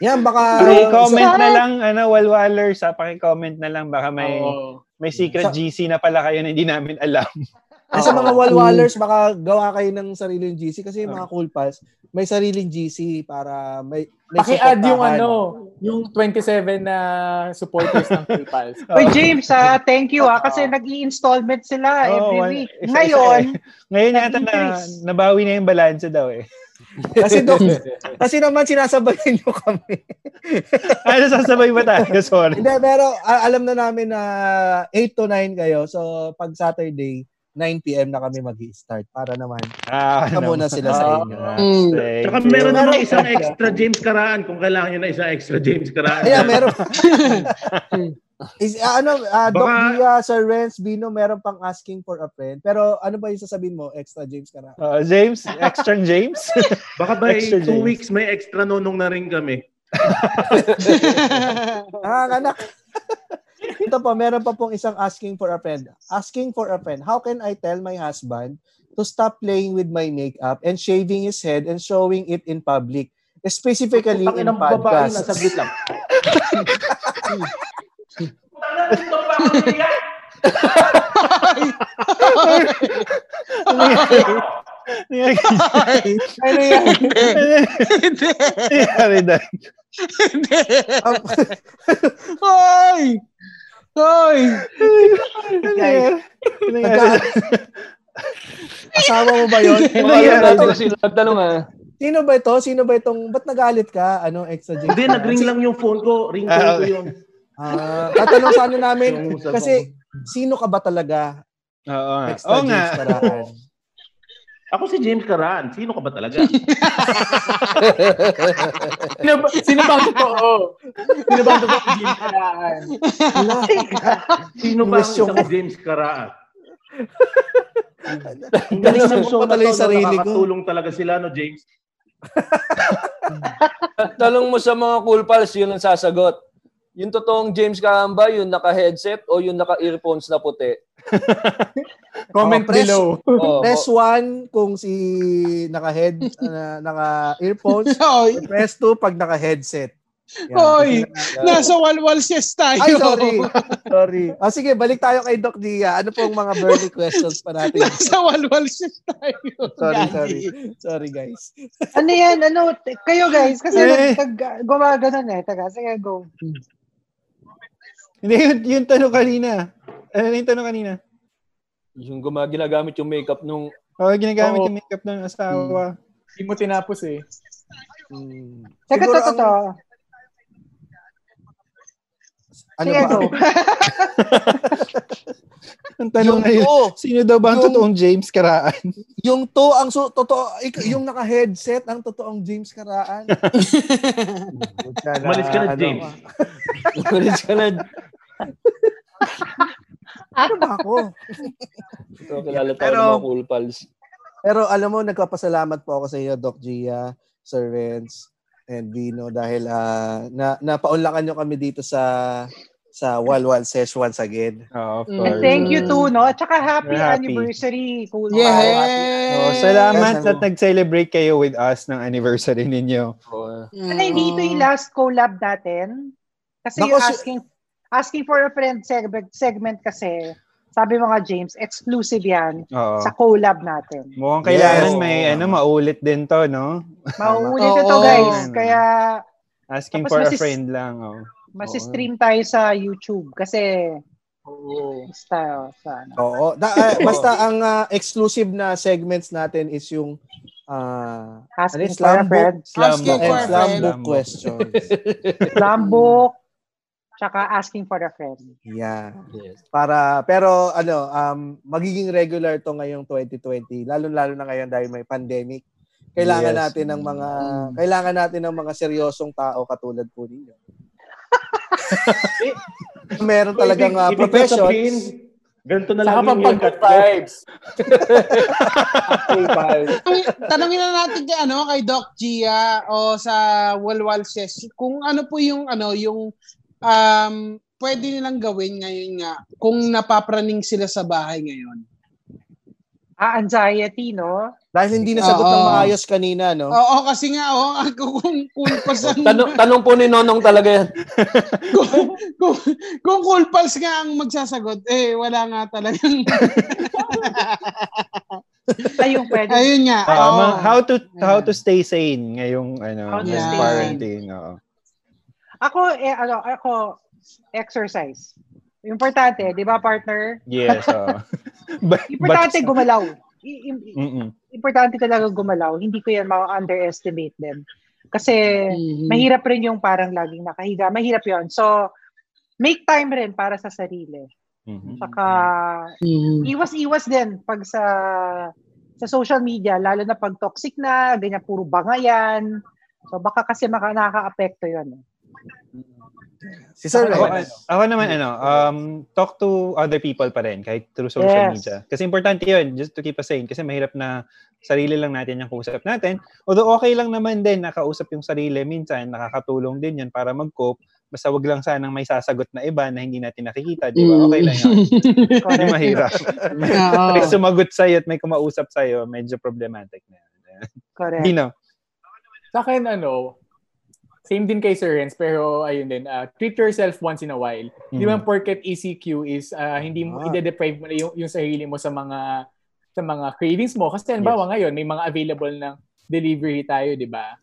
yan baka...
<laughs> Paki-comment na lang, ano, walwalers, ha? Paki-comment na lang, baka may
Oo.
may secret
Sa-
GC na pala kayo na hindi namin alam.
Ay, sa mga walwalers, baka gawa kayo ng sariling GC kasi yung mga cool pals, may sariling GC para may, may
Paki-add yung
suportahan.
ano, yung 27 na supporters ng Cool Pals.
Uy, James, ah, thank you ah, kasi nag installment
Oo,
sila every
one-
week.
isa-isa
Ngayon,
eh. ngayon yata na
nag-increase.
nabawi na yung balanse daw eh. <laughs>
Kasi, dok, kasi naman sinasabayan nyo kami.
Ano sasabay ba tayo? Sorry.
Hindi, pero a- alam na namin na 8 to 9 kayo. So, pag Saturday, 9 p.m. na kami mag start para naman
Ah,
Baka muna sila sa inyo.
Mm.
Thank
Tsaka
you.
meron
<laughs>
namang isang extra James Karaan kung kailangan nyo na isang extra James Karaan.
Ayan, meron. Is, ah, ano, ah, Doc
Baka-
Gia, Sir Renz, Bino, meron pang asking for a friend. Pero ano ba yung sasabihin mo? Extra James ka na.
Ah, James, extra James.
<laughs> Baka by
Extra
two
James.
weeks may extra nonong na rin kami.
Ah, anak. <laughs> Ito pa, meron pa pong isang asking for a friend. Asking for a friend. How can I tell my husband to stop playing with my makeup and shaving his head and showing it in public? Specifically
Putang
in
ina ng babae na
podcast.
saglit lang.
ano yan?
Hindi.
Nangyari na.
Hoy! Hoy!
Nangyari.
Nagka- Asawa mo ba yun?
Nangyari
Ano
na.
ba sila talong ah?
Sino ba ito? Sino ba itong, ba't nagalit ka? Ano, extra James?
Hindi, nag-ring lang yung phone ko. Ring
Ah,
tone ko
okay.
yun.
Ah, tatanong sana namin,
Yung Ah, usap
kasi sino ka ba talaga?
Oo nga.
Extra
Oo nga.
James Karaan.
Ako si James Karaan. Sino ka ba talaga?
Sino ba, sino bang totoo? Sino bang totoo? Jim Kalaan?
<laughs> Sino ba ang
Question
isang James
<laughs>
Karaan? Ang
Tanong
galing
ko
ng show
pa
na to,
talaga yung
no?
sarili ko.
nakakatulong talaga sila, no, James?
Talong mo sa mga cool pals, yun ang sasagot. Yung totoong James Karaan ba, yung naka-headset o yung naka-earphones na puti?
Comment
Oh, press.
below.
Oo.
Press 1 kung si naka-head, ah, naka-earphones.
Hoy!
Press 2 pag naka-headset. Yan.
Hoy!
Oo.
Nasa walwal yes tayo.
Ay, sorry. sorry. Ah, sige, balik tayo kay Doc Dia. Ano pong mga burly questions pa <laughs> natin?
<laughs> Nasa walwal yes tayo.
Sorry,
Gagi.
sorry. Sorry, guys.
ano yan, ano, t- kayo guys, kasi
Eh.
eh. nag, gumagano eh. Taga, sige, go.
Hindi, yung, yung tanong kanina. Ano na yung tanong kanina?
Yung gumaginagamit yung makeup nung <laughs>
Oh,
Oo, ginagamit
Oo.
yung makeup ng asawa.
Hindi mo tinapos eh.
Hmm.
Teka,
Siguro
to, to,
ang-
to.
Ano
Sige,
ba?
go.
Ang tanong
Yung
ngayon,
two.
sino daw ba ang
Yung-
totoong James Karaan?
Yung to ang su- totoo, ik- yung naka-headset ang totoong James Karaan.
Umalis ka na,
Ah, ano?
James.
Umalis ka na.
Ano ba ako?
So, kilala tayo
Pero-
ng mga cool pals.
Pero alam mo, nagpapasalamat po ako sa iyo, Doc Gia, Sir Renz, and Vino dahil ah, na napaunlakan nyo kami dito sa sa Walwal Sesh once again.
Oh, of
And
course.
thank you too, no? At saka happy,
We're happy.
anniversary, Cool Pals.
Yeah!
Oh, salamat
Yes, ano?
at nag-celebrate kayo with us ng anniversary ninyo.
Oo.
Ano, hindi ito
Mm.
yung last collab natin? Kasi
Naku,
yung
si-
asking, asking for a friend segment, segment kasi, sabi mo nga, James, exclusive yan
Oo.
sa collab
<laughs>
natin.
Mukhang kailangan
Yes.
may ano maulit din to, no?
Mauulit
Oo.
ito, guys. Kaya,
Asking
Tapos
for a
masis-
friend lang. Oh.
Masistream tayo sa YouTube kasi basta sa ano.
Oo. Da, ah, basta ang ah, exclusive na segments natin is yung ah,
Asking
ano,
for a
<laughs>
friend.
slam
Asking
book,
for
and
a
slam
friend.
book questions.
Lambok, tsaka asking for a friend.
Yeah. Para pero ano, um magiging regular to ngayong 2020, lalo-lalo na ngayon dahil may pandemic. Kailangan
Yes.
natin ng mga kailangan natin ng mga seryosong tao katulad po <laughs> ninyo. Meron talagang uh,
Ibig- ibig sabihin,
professions.
Ganito na lang
Saka
yung
pampagod
haircut ko.
vibes.
Ay, tanongin na natin kay ano kay Doc Gia o sa Walwal Ses kung ano po yung ano yung um pwede nilang gawin ngayon nga kung napapraning sila sa bahay ngayon.
Ah, anxiety, no?
Dahil hindi nasagot ng maayos kanina, no?
Oo, kasi nga oo, ako <laughs> kung kung pasan
Tanong, tanong po ni Nonong talaga yan.
Kung cool pals nga ang magsasagot, eh, wala nga talagang... <laughs>
Ayun,
<laughs>
pwede.
Ayun nga.
Ah,
oo.
ma- how to how to stay sane ngayong
How
ano,
to
ngayong
stay
quarantine. oh. oo.
Ako, eh, ano, ako, exercise. Importante, di ba, partner?
Yes. oo. <laughs> But- but-
Importante
Mm.
gumalaw. I- im-
Mm-mm.
importante talaga gumalaw. Hindi ko yan ma-underestimate din. Kasi mahirap rin yung parang laging nakahiga. Mahirap yon So, make time rin para sa sarili.
mm-hmm.
Saka, iwas-iwas din pag sa sa social media, lalo na pag toxic na, ganyan, puro bangayan. So, baka kasi maka, nakaka-apekto yun. eh.
Si Sir
ako,
Red.
ako naman ano, um, talk to other people pa rin kahit through social
Yes.
media. Kasi importante yun, just to keep us sane. Kasi mahirap na sarili lang natin yung kausap natin. Although okay lang naman din nakausap yung sarili. Minsan, nakakatulong din yan para mag-cope. Basta wag lang sanang may sasagot na iba na hindi natin nakikita, di ba? Okay lang <laughs> yun. Hindi
Mm. Correct. Oh.
mahirap.
Oo.
may sumagot sa'yo at may kumausap sa'yo, medyo problematic na.
Correct.
Dino?
Sa akin, ano, same din kay Sir Renz, pero ayun din, uh, treat yourself once in a while. Di ba
Mhm.
porket ECQ is uh, hindi mo,
Ah.
ide-deprive mo na yung, yung sarili mo sa mga sa mga cravings mo. Kasi halimbawa ngayon, may mga available ng delivery tayo, di ba?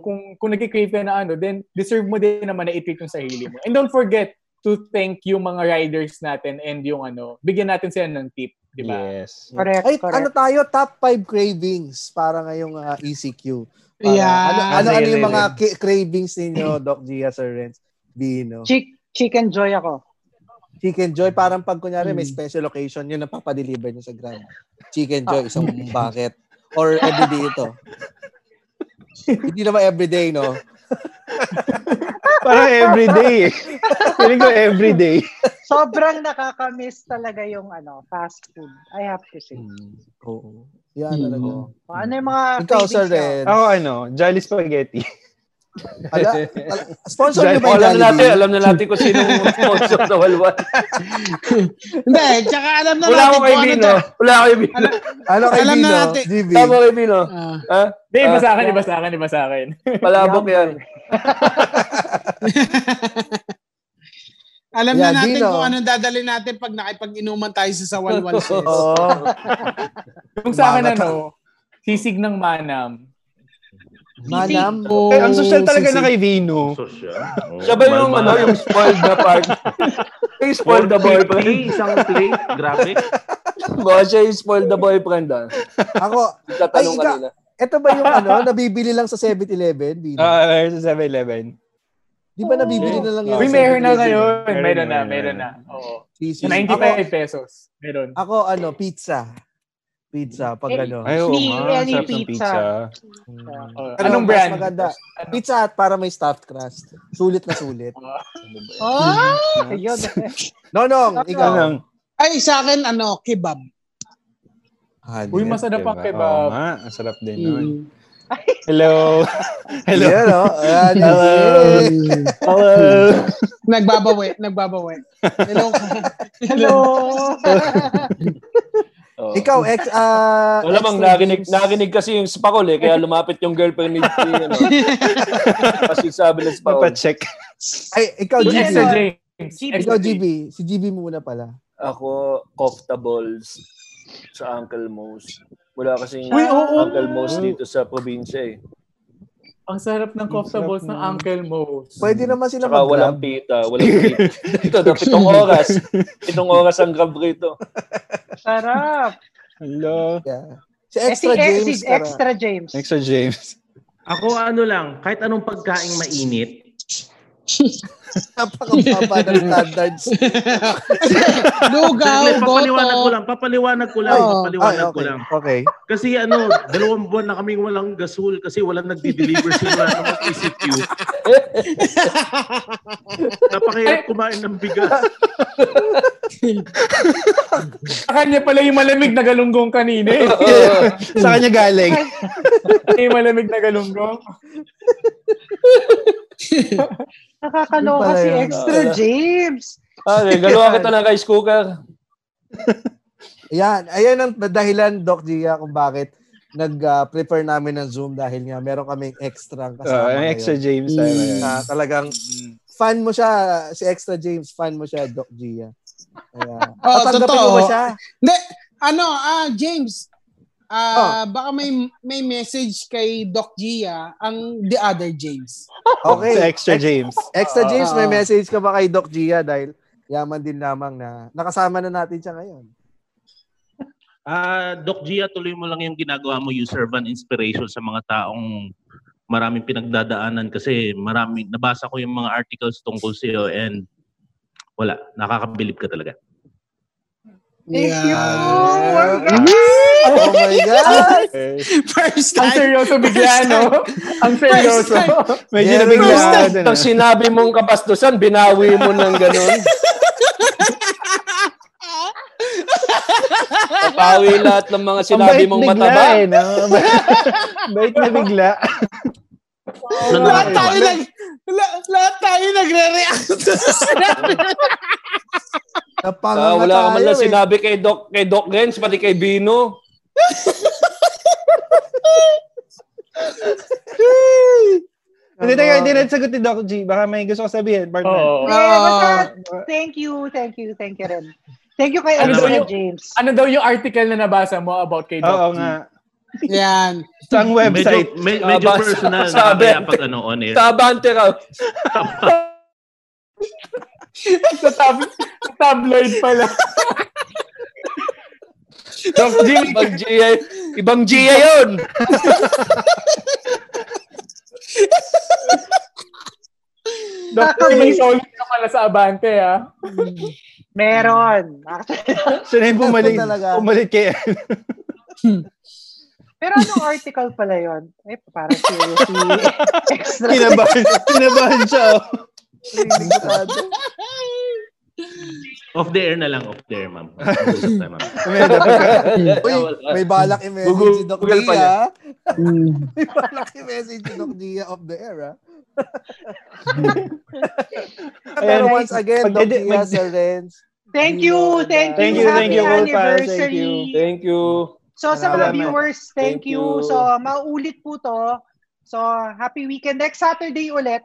Mhm.
kung, kung nag-crave ka na ano, then deserve mo din naman na i-treat yung sarili mo. And don't forget to thank yung mga riders natin and yung ano, bigyan natin sila ng tip, di ba?
Yes.
Correct,
Ay,
correct.
ano tayo? Top 5 cravings para ngayong ah, ECQ. Para,
Yeah.
Ano, ano,
Ah,
ano
sige,
yung mga
sige.
ki- cravings ninyo, Doc Gia, Sir Renz, Bino?
Chick, chicken joy ako.
Chicken Joy, parang pag kunyari may special occasion, yun ang papadeliver niyo sa Grab. Chicken Joy, isang bucket. Or everyday ito. Hindi naman everyday, no?
Parang everyday <laughs> eh. Feeling ko everyday.
Sobrang nakakamiss talaga yung ano, fast food. I have to say.
Oo. Yan talaga.
O, ano yung mga
Ah,
Ikaw,
cravings
Sir
niyo?
Renz.
Ako ano, Jolly Spaghetti.
Ala, ala, sponsor niyo ba yung
Alam na natin,
Jollibee?
alam na natin kung sino
<laughs>
sponsor sa Walwal.
Hindi, tsaka alam na
Wala ko kay
natin kung ano
Bino.
da-
Wala ko kay Bino.
Ano kay
Alam na
Bino?
natin.
GB.
Tama kay Bino.
Ah.
Ha?
Di, iba
Ah,
sa akin, iba sa akin, iba sa akin.
palabok yan.
alam
Yeah,
na natin
Dino.
kung anong dadalhin natin pag nakipag-inuman tayo sa
<laughs>
Walwal Ses.
Oo.
Yung sa akin,
Umaga
ano, sisig ng manam.
Manam.
Oh,
Eh, ang social talaga
sisig.
na kay Vino.
So siya. Oh,
Siya ba yung, ano, yung spoiled na part? Yung spoiled na boyfriend.
isang plate,
<laughs>
grabe.
Baka siya yung spoiled na boyfriend, ah.
Ako, ay,
Nagtatanong
ika,
kanina.
ito ba yung ano, nabibili lang sa 7-Eleven, Bino?
Ah, meron sa 7-Eleven.
Di ba nabibili na lang yan?
Uy,
sa
meron na
7-Eleven?
ngayon. Meron,
Meron
na,
na,
meron
meron
na. Oo.
Cheesy.
Sa
Ako,
95 pesos. Meron.
ako, ano, pizza. Pizza, pag
Eh,
ano.
Ay, oo
Sneak,
nga.
any
Sarap ng
pizza.
pizza.
Oo.
Ano,
Anong
mas
brand?
Maganda. Pizza at para may stuffed crust. Sulit na sulit.
Oh, yun.
Nonong, ikaw.
Anong?
Ah! Ay, sa akin, ano, kebab.
Uy, masarap ang
Diba? Oo
kebab.
nga. Ang sarap din
Mm.
nun. <laughs> Hello.
Hello.
Hello.
Hello. Ayan,
Hello.
yun.
<laughs> Hello.
Nagbabawi,
<laughs>
nagbabawi. Hello.
Hello.
Oh.
Oo.
Ikaw, ex, ah,
Wala bang
extra
nakinig,
games.
nakinig kasi yung Spakol eh,
<laughs>
kaya lumapit yung girlfriend ni si, ano. Kasi sabi ng Spakol.
Papacheck.
Ay, ikaw,
Yes,
GB.
Extra
sir.
James.
GB.
Ikaw,
Extra
GB.
James.
Si GB muna pala.
Ako, kofta balls sa Uncle Mo's. Wala kasing
Uy, oo.
Uncle Mo's dito sa probinsya eh.
Ang sarap ng kofta balls ng Uncle Mo's.
Pwede naman sila
Tsaka
mag-grab.
walang pita, walang pita.
<laughs>
Ito, na pitong oras. Pitong oras ang grab rito.
<laughs> Sarap.
Hello.
Yeah.
Si
Eh,
Extra
eh,
James,
Si
tara.
extra James.
Extra <laughs> James.
Ako ano lang, kahit anong pagkaing mainit,
Napakababa ng standards.
Saglit,
Lugaw,
papaliwanag ko
goto.
lang, papaliwanag ko lang,
Ay,
papaliwanag
ay,
ko lang.
Okay.
Kasi ano,
<laughs>
dalawang buwan na kaming walang gasol kasi walang nagdi-deliver simula ng ECQ.
<laughs>
Napakahirap kumain ng bigas.
Sa kanya pala yung malamig na galunggong kanina. eh.
<laughs> Sa kanya galing.
yung malamig na galunggong.
Nakakaloka
Yun pala
si
yun.
extra James.
Okay, galuhan kita ng rice cooker.
Yan. Ayan ang dahilan, Doc Gia, kung bakit nag-prepare namin ng Zoom dahil nga meron kaming extra ang
Oh,
kasama ngayon.
extra James. tayo
Mm.
ngayon. Mm.
Na talagang fan mo siya, si Extra James, fan mo siya, Doc Gia. Kaya,
<laughs>
Oh,
tatanggapin
totoo.
Ah, mo ba siya?
Hindi, ano, ah, James,
Oh.
ah, baka may may message kay Doc Gia ang the other James.
Okay.
Si Extra James.
Extra James, may
Oo.
message ka ba kay Doc Gia dahil yaman din lamang na nakasama na natin siya ngayon.
Ah, Doc Gia, tuloy mo lang yung ginagawa mo, you serve an inspiration sa mga taong maraming pinagdadaanan kasi marami nabasa ko yung mga articles tungkol sa iyo and wala, nakakabilib ka talaga.
Thank you po.
Oh my God!
Eh.
First
Ang
time.
seryoso bigla, no? Ang seryoso.
Medyo
Yeah,
nabigla.
first
ano
ako dun,
Pag
ah.
sinabi mong kapastusan, binawi mo ng ganun. Papawi lahat ng mga sinabi mong mataba.
eh, <laughs> no? Bait na bigla.
Ano
Nanonood
Lahat
ka
tayo
ba?
nag... la- lahat tayo
<laughs>
nagre-react sa sinabi.
Napanganga
Ah, wala ka man
tayo
lang
eh.
sinabi kay Doc, kay Doc Renz, pati kay Bino.
Hindi, teka, hindi na sagot ni Doc G. Baka may gusto ko sabihin, partner.
Oo.
Eh, basta,
Ah.
Thank you, thank you, thank you rin. Thank you kay
Ano
Extra
daw yun?
James.
Ano daw yung article na nabasa mo about kay Doc
Oo
G?
nga.
Yan.
Sa
Medyo,
ang website.
me- medyo
Ah, basa-
personal na
sabi.
kaya pag ano on air.
Tabante raw.
Sa, tab- sa tabloid pala.
Doc G, ibang GA. Ibang GA yun.
Doc G, may soul ka pala sa Abante, ah. ha?
Meron. <laughs>
Siya na yung bumalik,
Talaga.
bumalik kay...
Pero anong article pala yon? Ay, parang seriously. <laughs> Extra
kinabahan, kinabahan siya. oh.
Off the air na lang, off the air, ma'am. Mag-usap tayo, ma'am.
Medyo pagka-
Uy, may balak i-message si
Google-
Doc
Google pa niya.
Dia.
Mm.
<laughs> may balak i-message si Doc Dia of the air, ah. ha?
<laughs>
Pero
Ayan.
once again,
Pag-
Doc
mag-
Dia, Sir Renz.
Thank you, thank you.
Thank you, thank
Happy
you, Wolf Pals.
anniversary.
Thank you.
Thank you.
So sa
Salamat.
mga viewers,
Thank
thank, you.
you.
So maulit po to. So happy weekend. Next Saturday ulit.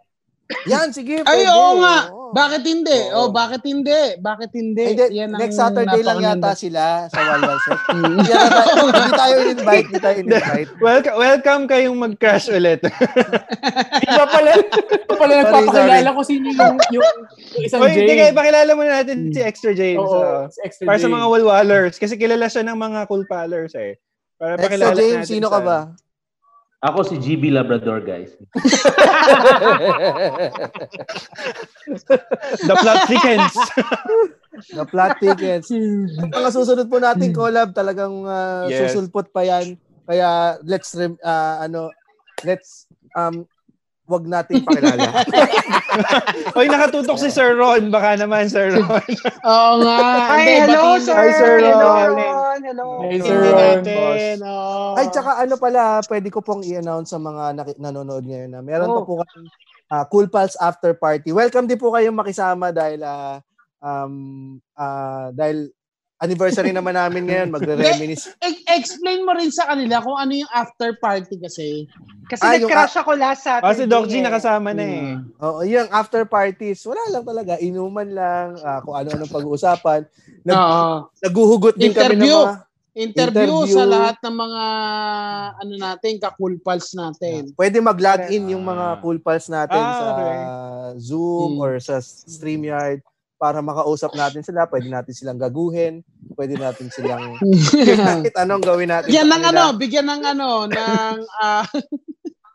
Yan, sige.
Ay,
pwede,
oo nga.
oo.
Bakit hindi?
Oo.
Oh, bakit hindi? Bakit hindi?
Hindi,
Yan ang
next Saturday lang yata
napakaganda. Mm.
sila sa Walwal
<laughs>
Set. Hindi yata tayo- oh, hindi tayo in-invite, hindi tayo in-invite.
Welcome, welcome kayong mag-crash ulit.
Di ba
<laughs>
pala, di ba pala
Sorry,
nagpapakilala ko sino yung, yung, yung isang
Oy, hindi kayo,
James.
pakilala muna natin si Extra James. oh.
Oo, it's extra
Para sa mga
James.
walwalers. Kasi kilala siya ng mga cool palers eh. Para
Extra
pakilala
James,
natin
sino ka
sa-
ba?
Ako si GB Labrador, guys.
<laughs> The Plot Thickens.
The plot tickets. Ang mga susunod po nating collab, talagang ah,
Yes.
susulpot pa yan. Kaya let's rem- ah, ano let's um wag nating
<laughs>
pakilala.
Oy, nakatutok si Sir Ron. Baka naman, Sir Ron.
Oo nga. Hindi,
Hi, hello,
batiin
sir.
Hi, sir
Hello,
Ron.
Ron. Hello.
Hi,
natin
sir Ron.
natin. Oo.
Ay tsaka ano pala, pwede ko pong i-announce sa mga naki- nanonood ngayon na meron pa
Oh.
po kaming ah, Cool Pals after party. Welcome din po kayong makisama dahil ah, um ah, dahil anniversary naman namin ngayon, magre-reminis.
E- explain mo rin sa kanila kung ano yung after party kasi.
Kasi
Ah, yung-
nag-crash ako last Saturday.
Kasi Ah, Oh, Doc G
eh.
nakasama na eh.
Oo, yung after parties, wala lang talaga, inuman lang, ah, kung ano-anong pag-uusapan. Nag-
Oo.
Naguhugot din kami ng
Interview.
mga
Interview,
Interview.
sa lahat ng mga ano natin, ka-cool pals natin.
<laughs> Pwede mag-log in yung mga cool pals natin
Ah,
sa
okay.
Zoom
Hmm.
or sa StreamYard para makausap natin sila. Pwede natin silang gaguhin. Pwede natin
<laughs>
silang kahit anong gawin natin.
Bigyan
sa
ng
kanila.
ano, bigyan ng ano, ng <laughs> ah,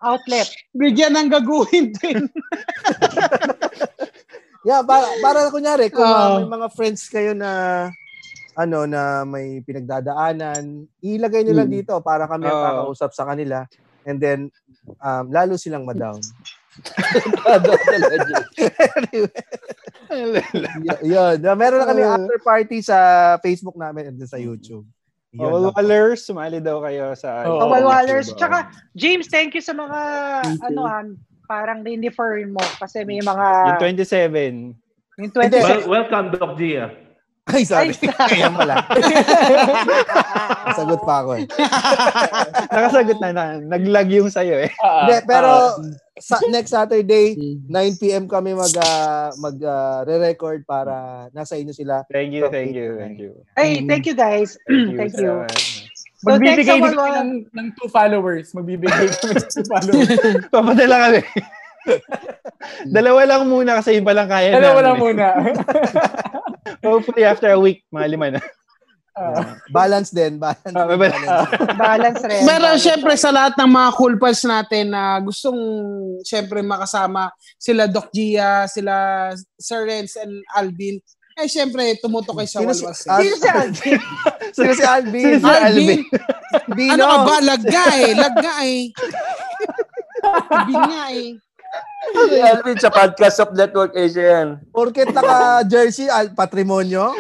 outlet. Bigyan ng gaguhin
<laughs>
din.
Yeah, para para kunyari kung ah, may
Oo.
mga friends kayo na ano na may pinagdadaanan, ilagay nyo lang
Mm.
dito para kami ang
Oo.
kakausap sa kanila and then um, lalo silang madown. y- <laughs> yun. Na, meron na kami
Ah.
after party sa Facebook namin and then sa YouTube. Yun lang.
Walwalers, Oh, sumali daw kayo sa...
Mm. Oo.
Oh, Walwalers.
YouTube, oh.
Tsaka, James, thank you sa mga, ano, ah, parang rinifer mo. Kasi may mga,
Yung 27.
yung 27.
Well, welcome, Doc ah. Gia.
Ay, sorry. Kaya pala. <laughs>
Ah,
Sagot pa ako eh.
Nakasagot na na. Naglag yung sa'yo eh.
ah.
Hindi, pero
<laughs>
sa next Saturday
Mm.
9 PM kami mag ah, mag ah, re-record para nasa inyo sila.
Thank you, thank you, thank you.
Hey, thank you guys. <clears throat>
Thank you.
thank
sa-
you. So, thanks sa
Magbibigay din kami
Walwal.
ng, ng two followers. Magbibigay kami ng
<laughs>
two followers.
Papadala kami. Dalawa lang muna kasi iba lang kaya
Alam mo
namin
lang
eh. <laughs>
muna.
Hopefully after a week, mga lima na.
Balance din, balance.
Ah,
din,
bye-bye.
balance.
Balance
<laughs>
rin.
Pero
Balance.
syempre sa lahat ng mga cool pals natin na gustong syempre makasama sila Doc Gia, sila Sir Renz and Alvin, eh syempre tumutok kayo sa
Sino si-
Walwas.
Ah,
Sino si Alvin?
<laughs> Sino si Alvin?
Sino si Alvin?
Dino.
Ano ka
<laughs>
ba? Lagga eh. Lagga eh. Sabihin nga eh.
Alvin sa Podcast of Network Asia yan.
Porket naka-jersey, al- patrimonyo?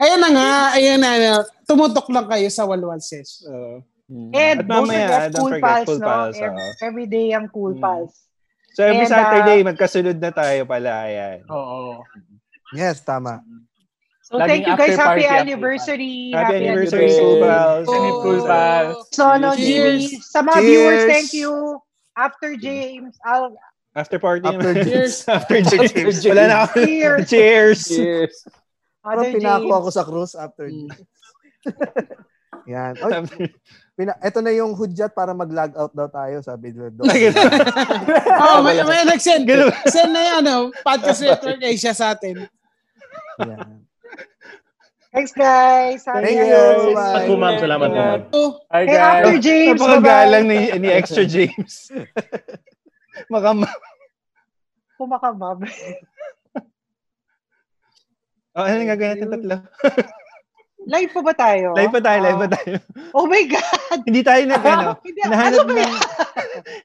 Ayan na nga. Ayan na. ayan na. Tumutok lang kayo sa Walwal
<laughs>
Sesh.
So, mm.
And don't forget
don't
cool
forget,
pals,
cool
no?
pals,
Ev-
oo.
every day ang cool
Mm.
pals.
So every
And, ah,
Saturday, magkasunod na tayo pala. Ayan.
Oo.
Yes, tama.
So
Laging
thank you guys.
after party,
Happy
after
anniversary.
Happy, anniversary,
anniversary.
cool pals.
Sanib cool pals.
So, no,
Cheers.
Jimmy, sa mga
Cheers.
viewers, thank you. After James, I'll
After party. <laughs>
After
naman.
James.
After James.
James.
Wala na ako.
Cheers.
Cheers.
Cheers.
<laughs> Parang
Other
pinako
James.
ako sa cruise after
Mm.
<laughs> Yan. Oy, pina- ito na yung hudyat para mag-log out daw tayo, sabi ni Lord Doc.
Oh, may, may nag-send. Send na yan. Ano, Podcast Network Asia sa atin.
Yan.
Thanks, guys. Happy
Thank you.
anniversary.
Bye.
At po, ma'am. Salamat po, ma'am.
Oh.
Hi,
And after
guys.
James,
Napakagalang
bye-bye.
ni, ni Extra James. Makam...
Kumakabab.
Oh, ano nga gagawin natin tatlo?
<laughs> Live pa ba tayo?
Live pa tayo, live pa
Ah. <laughs>
tayo.
Oh my
<laughs>
God!
Hindi tayo nag,
<laughs>
ano,
Hindi,
hinahanap
ano ba
ng,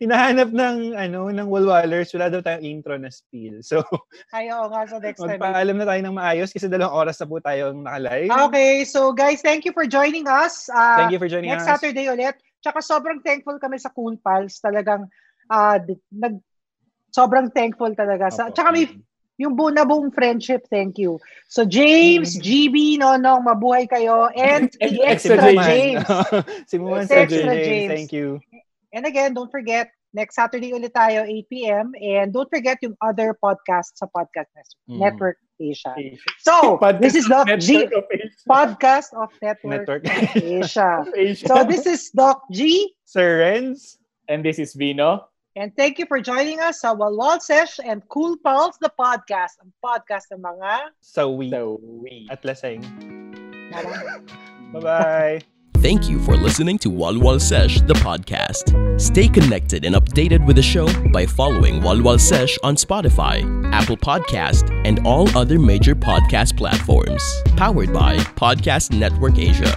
hinahanap ng, ano, ng Walwalers. Wala daw tayong intro na spiel. So,
<laughs> Ay, oo nga, so next time.
magpaalam na tayo ng maayos kasi dalawang oras na po tayong nakalive.
Ah, Okay, so guys, thank you for joining us. Uh,
Thank you for joining
next
us.
Saturday ulit. Tsaka sobrang thankful kami sa Cool Pals. Talagang, ah, d- nag, sobrang thankful talaga. Sa,
Opo. Mm.
tsaka may, yung buo na buong friendship, thank you. So James, GB, Nonong, mabuhay kayo. And si Extra,
<laughs>
James.
si Muman
Si
sa
Extra
James.
James.
Thank you.
And again, don't forget, next Saturday ulit tayo, 8 p.m. And don't forget yung other podcast sa Podcast Nes-
Mm.
Network Asia. So, this is Doc G,
Network of Asia.
Podcast of Network,
Network. <laughs>
Asia.
Of Asia.
So, this is Doc G.
Sir Renz.
And this is Vino.
And thank you for joining us sa Walwal Sesh and Cool Pals, the podcast. Ang podcast ng mga...
Sawi.
So, we.
At Laseng. Bye-bye.
Thank you for listening to Walwal Sesh, the podcast. Stay connected and updated with the show by following Walwal Sesh on Spotify, Apple Podcast, and all other major podcast platforms. Powered by Podcast Network Asia.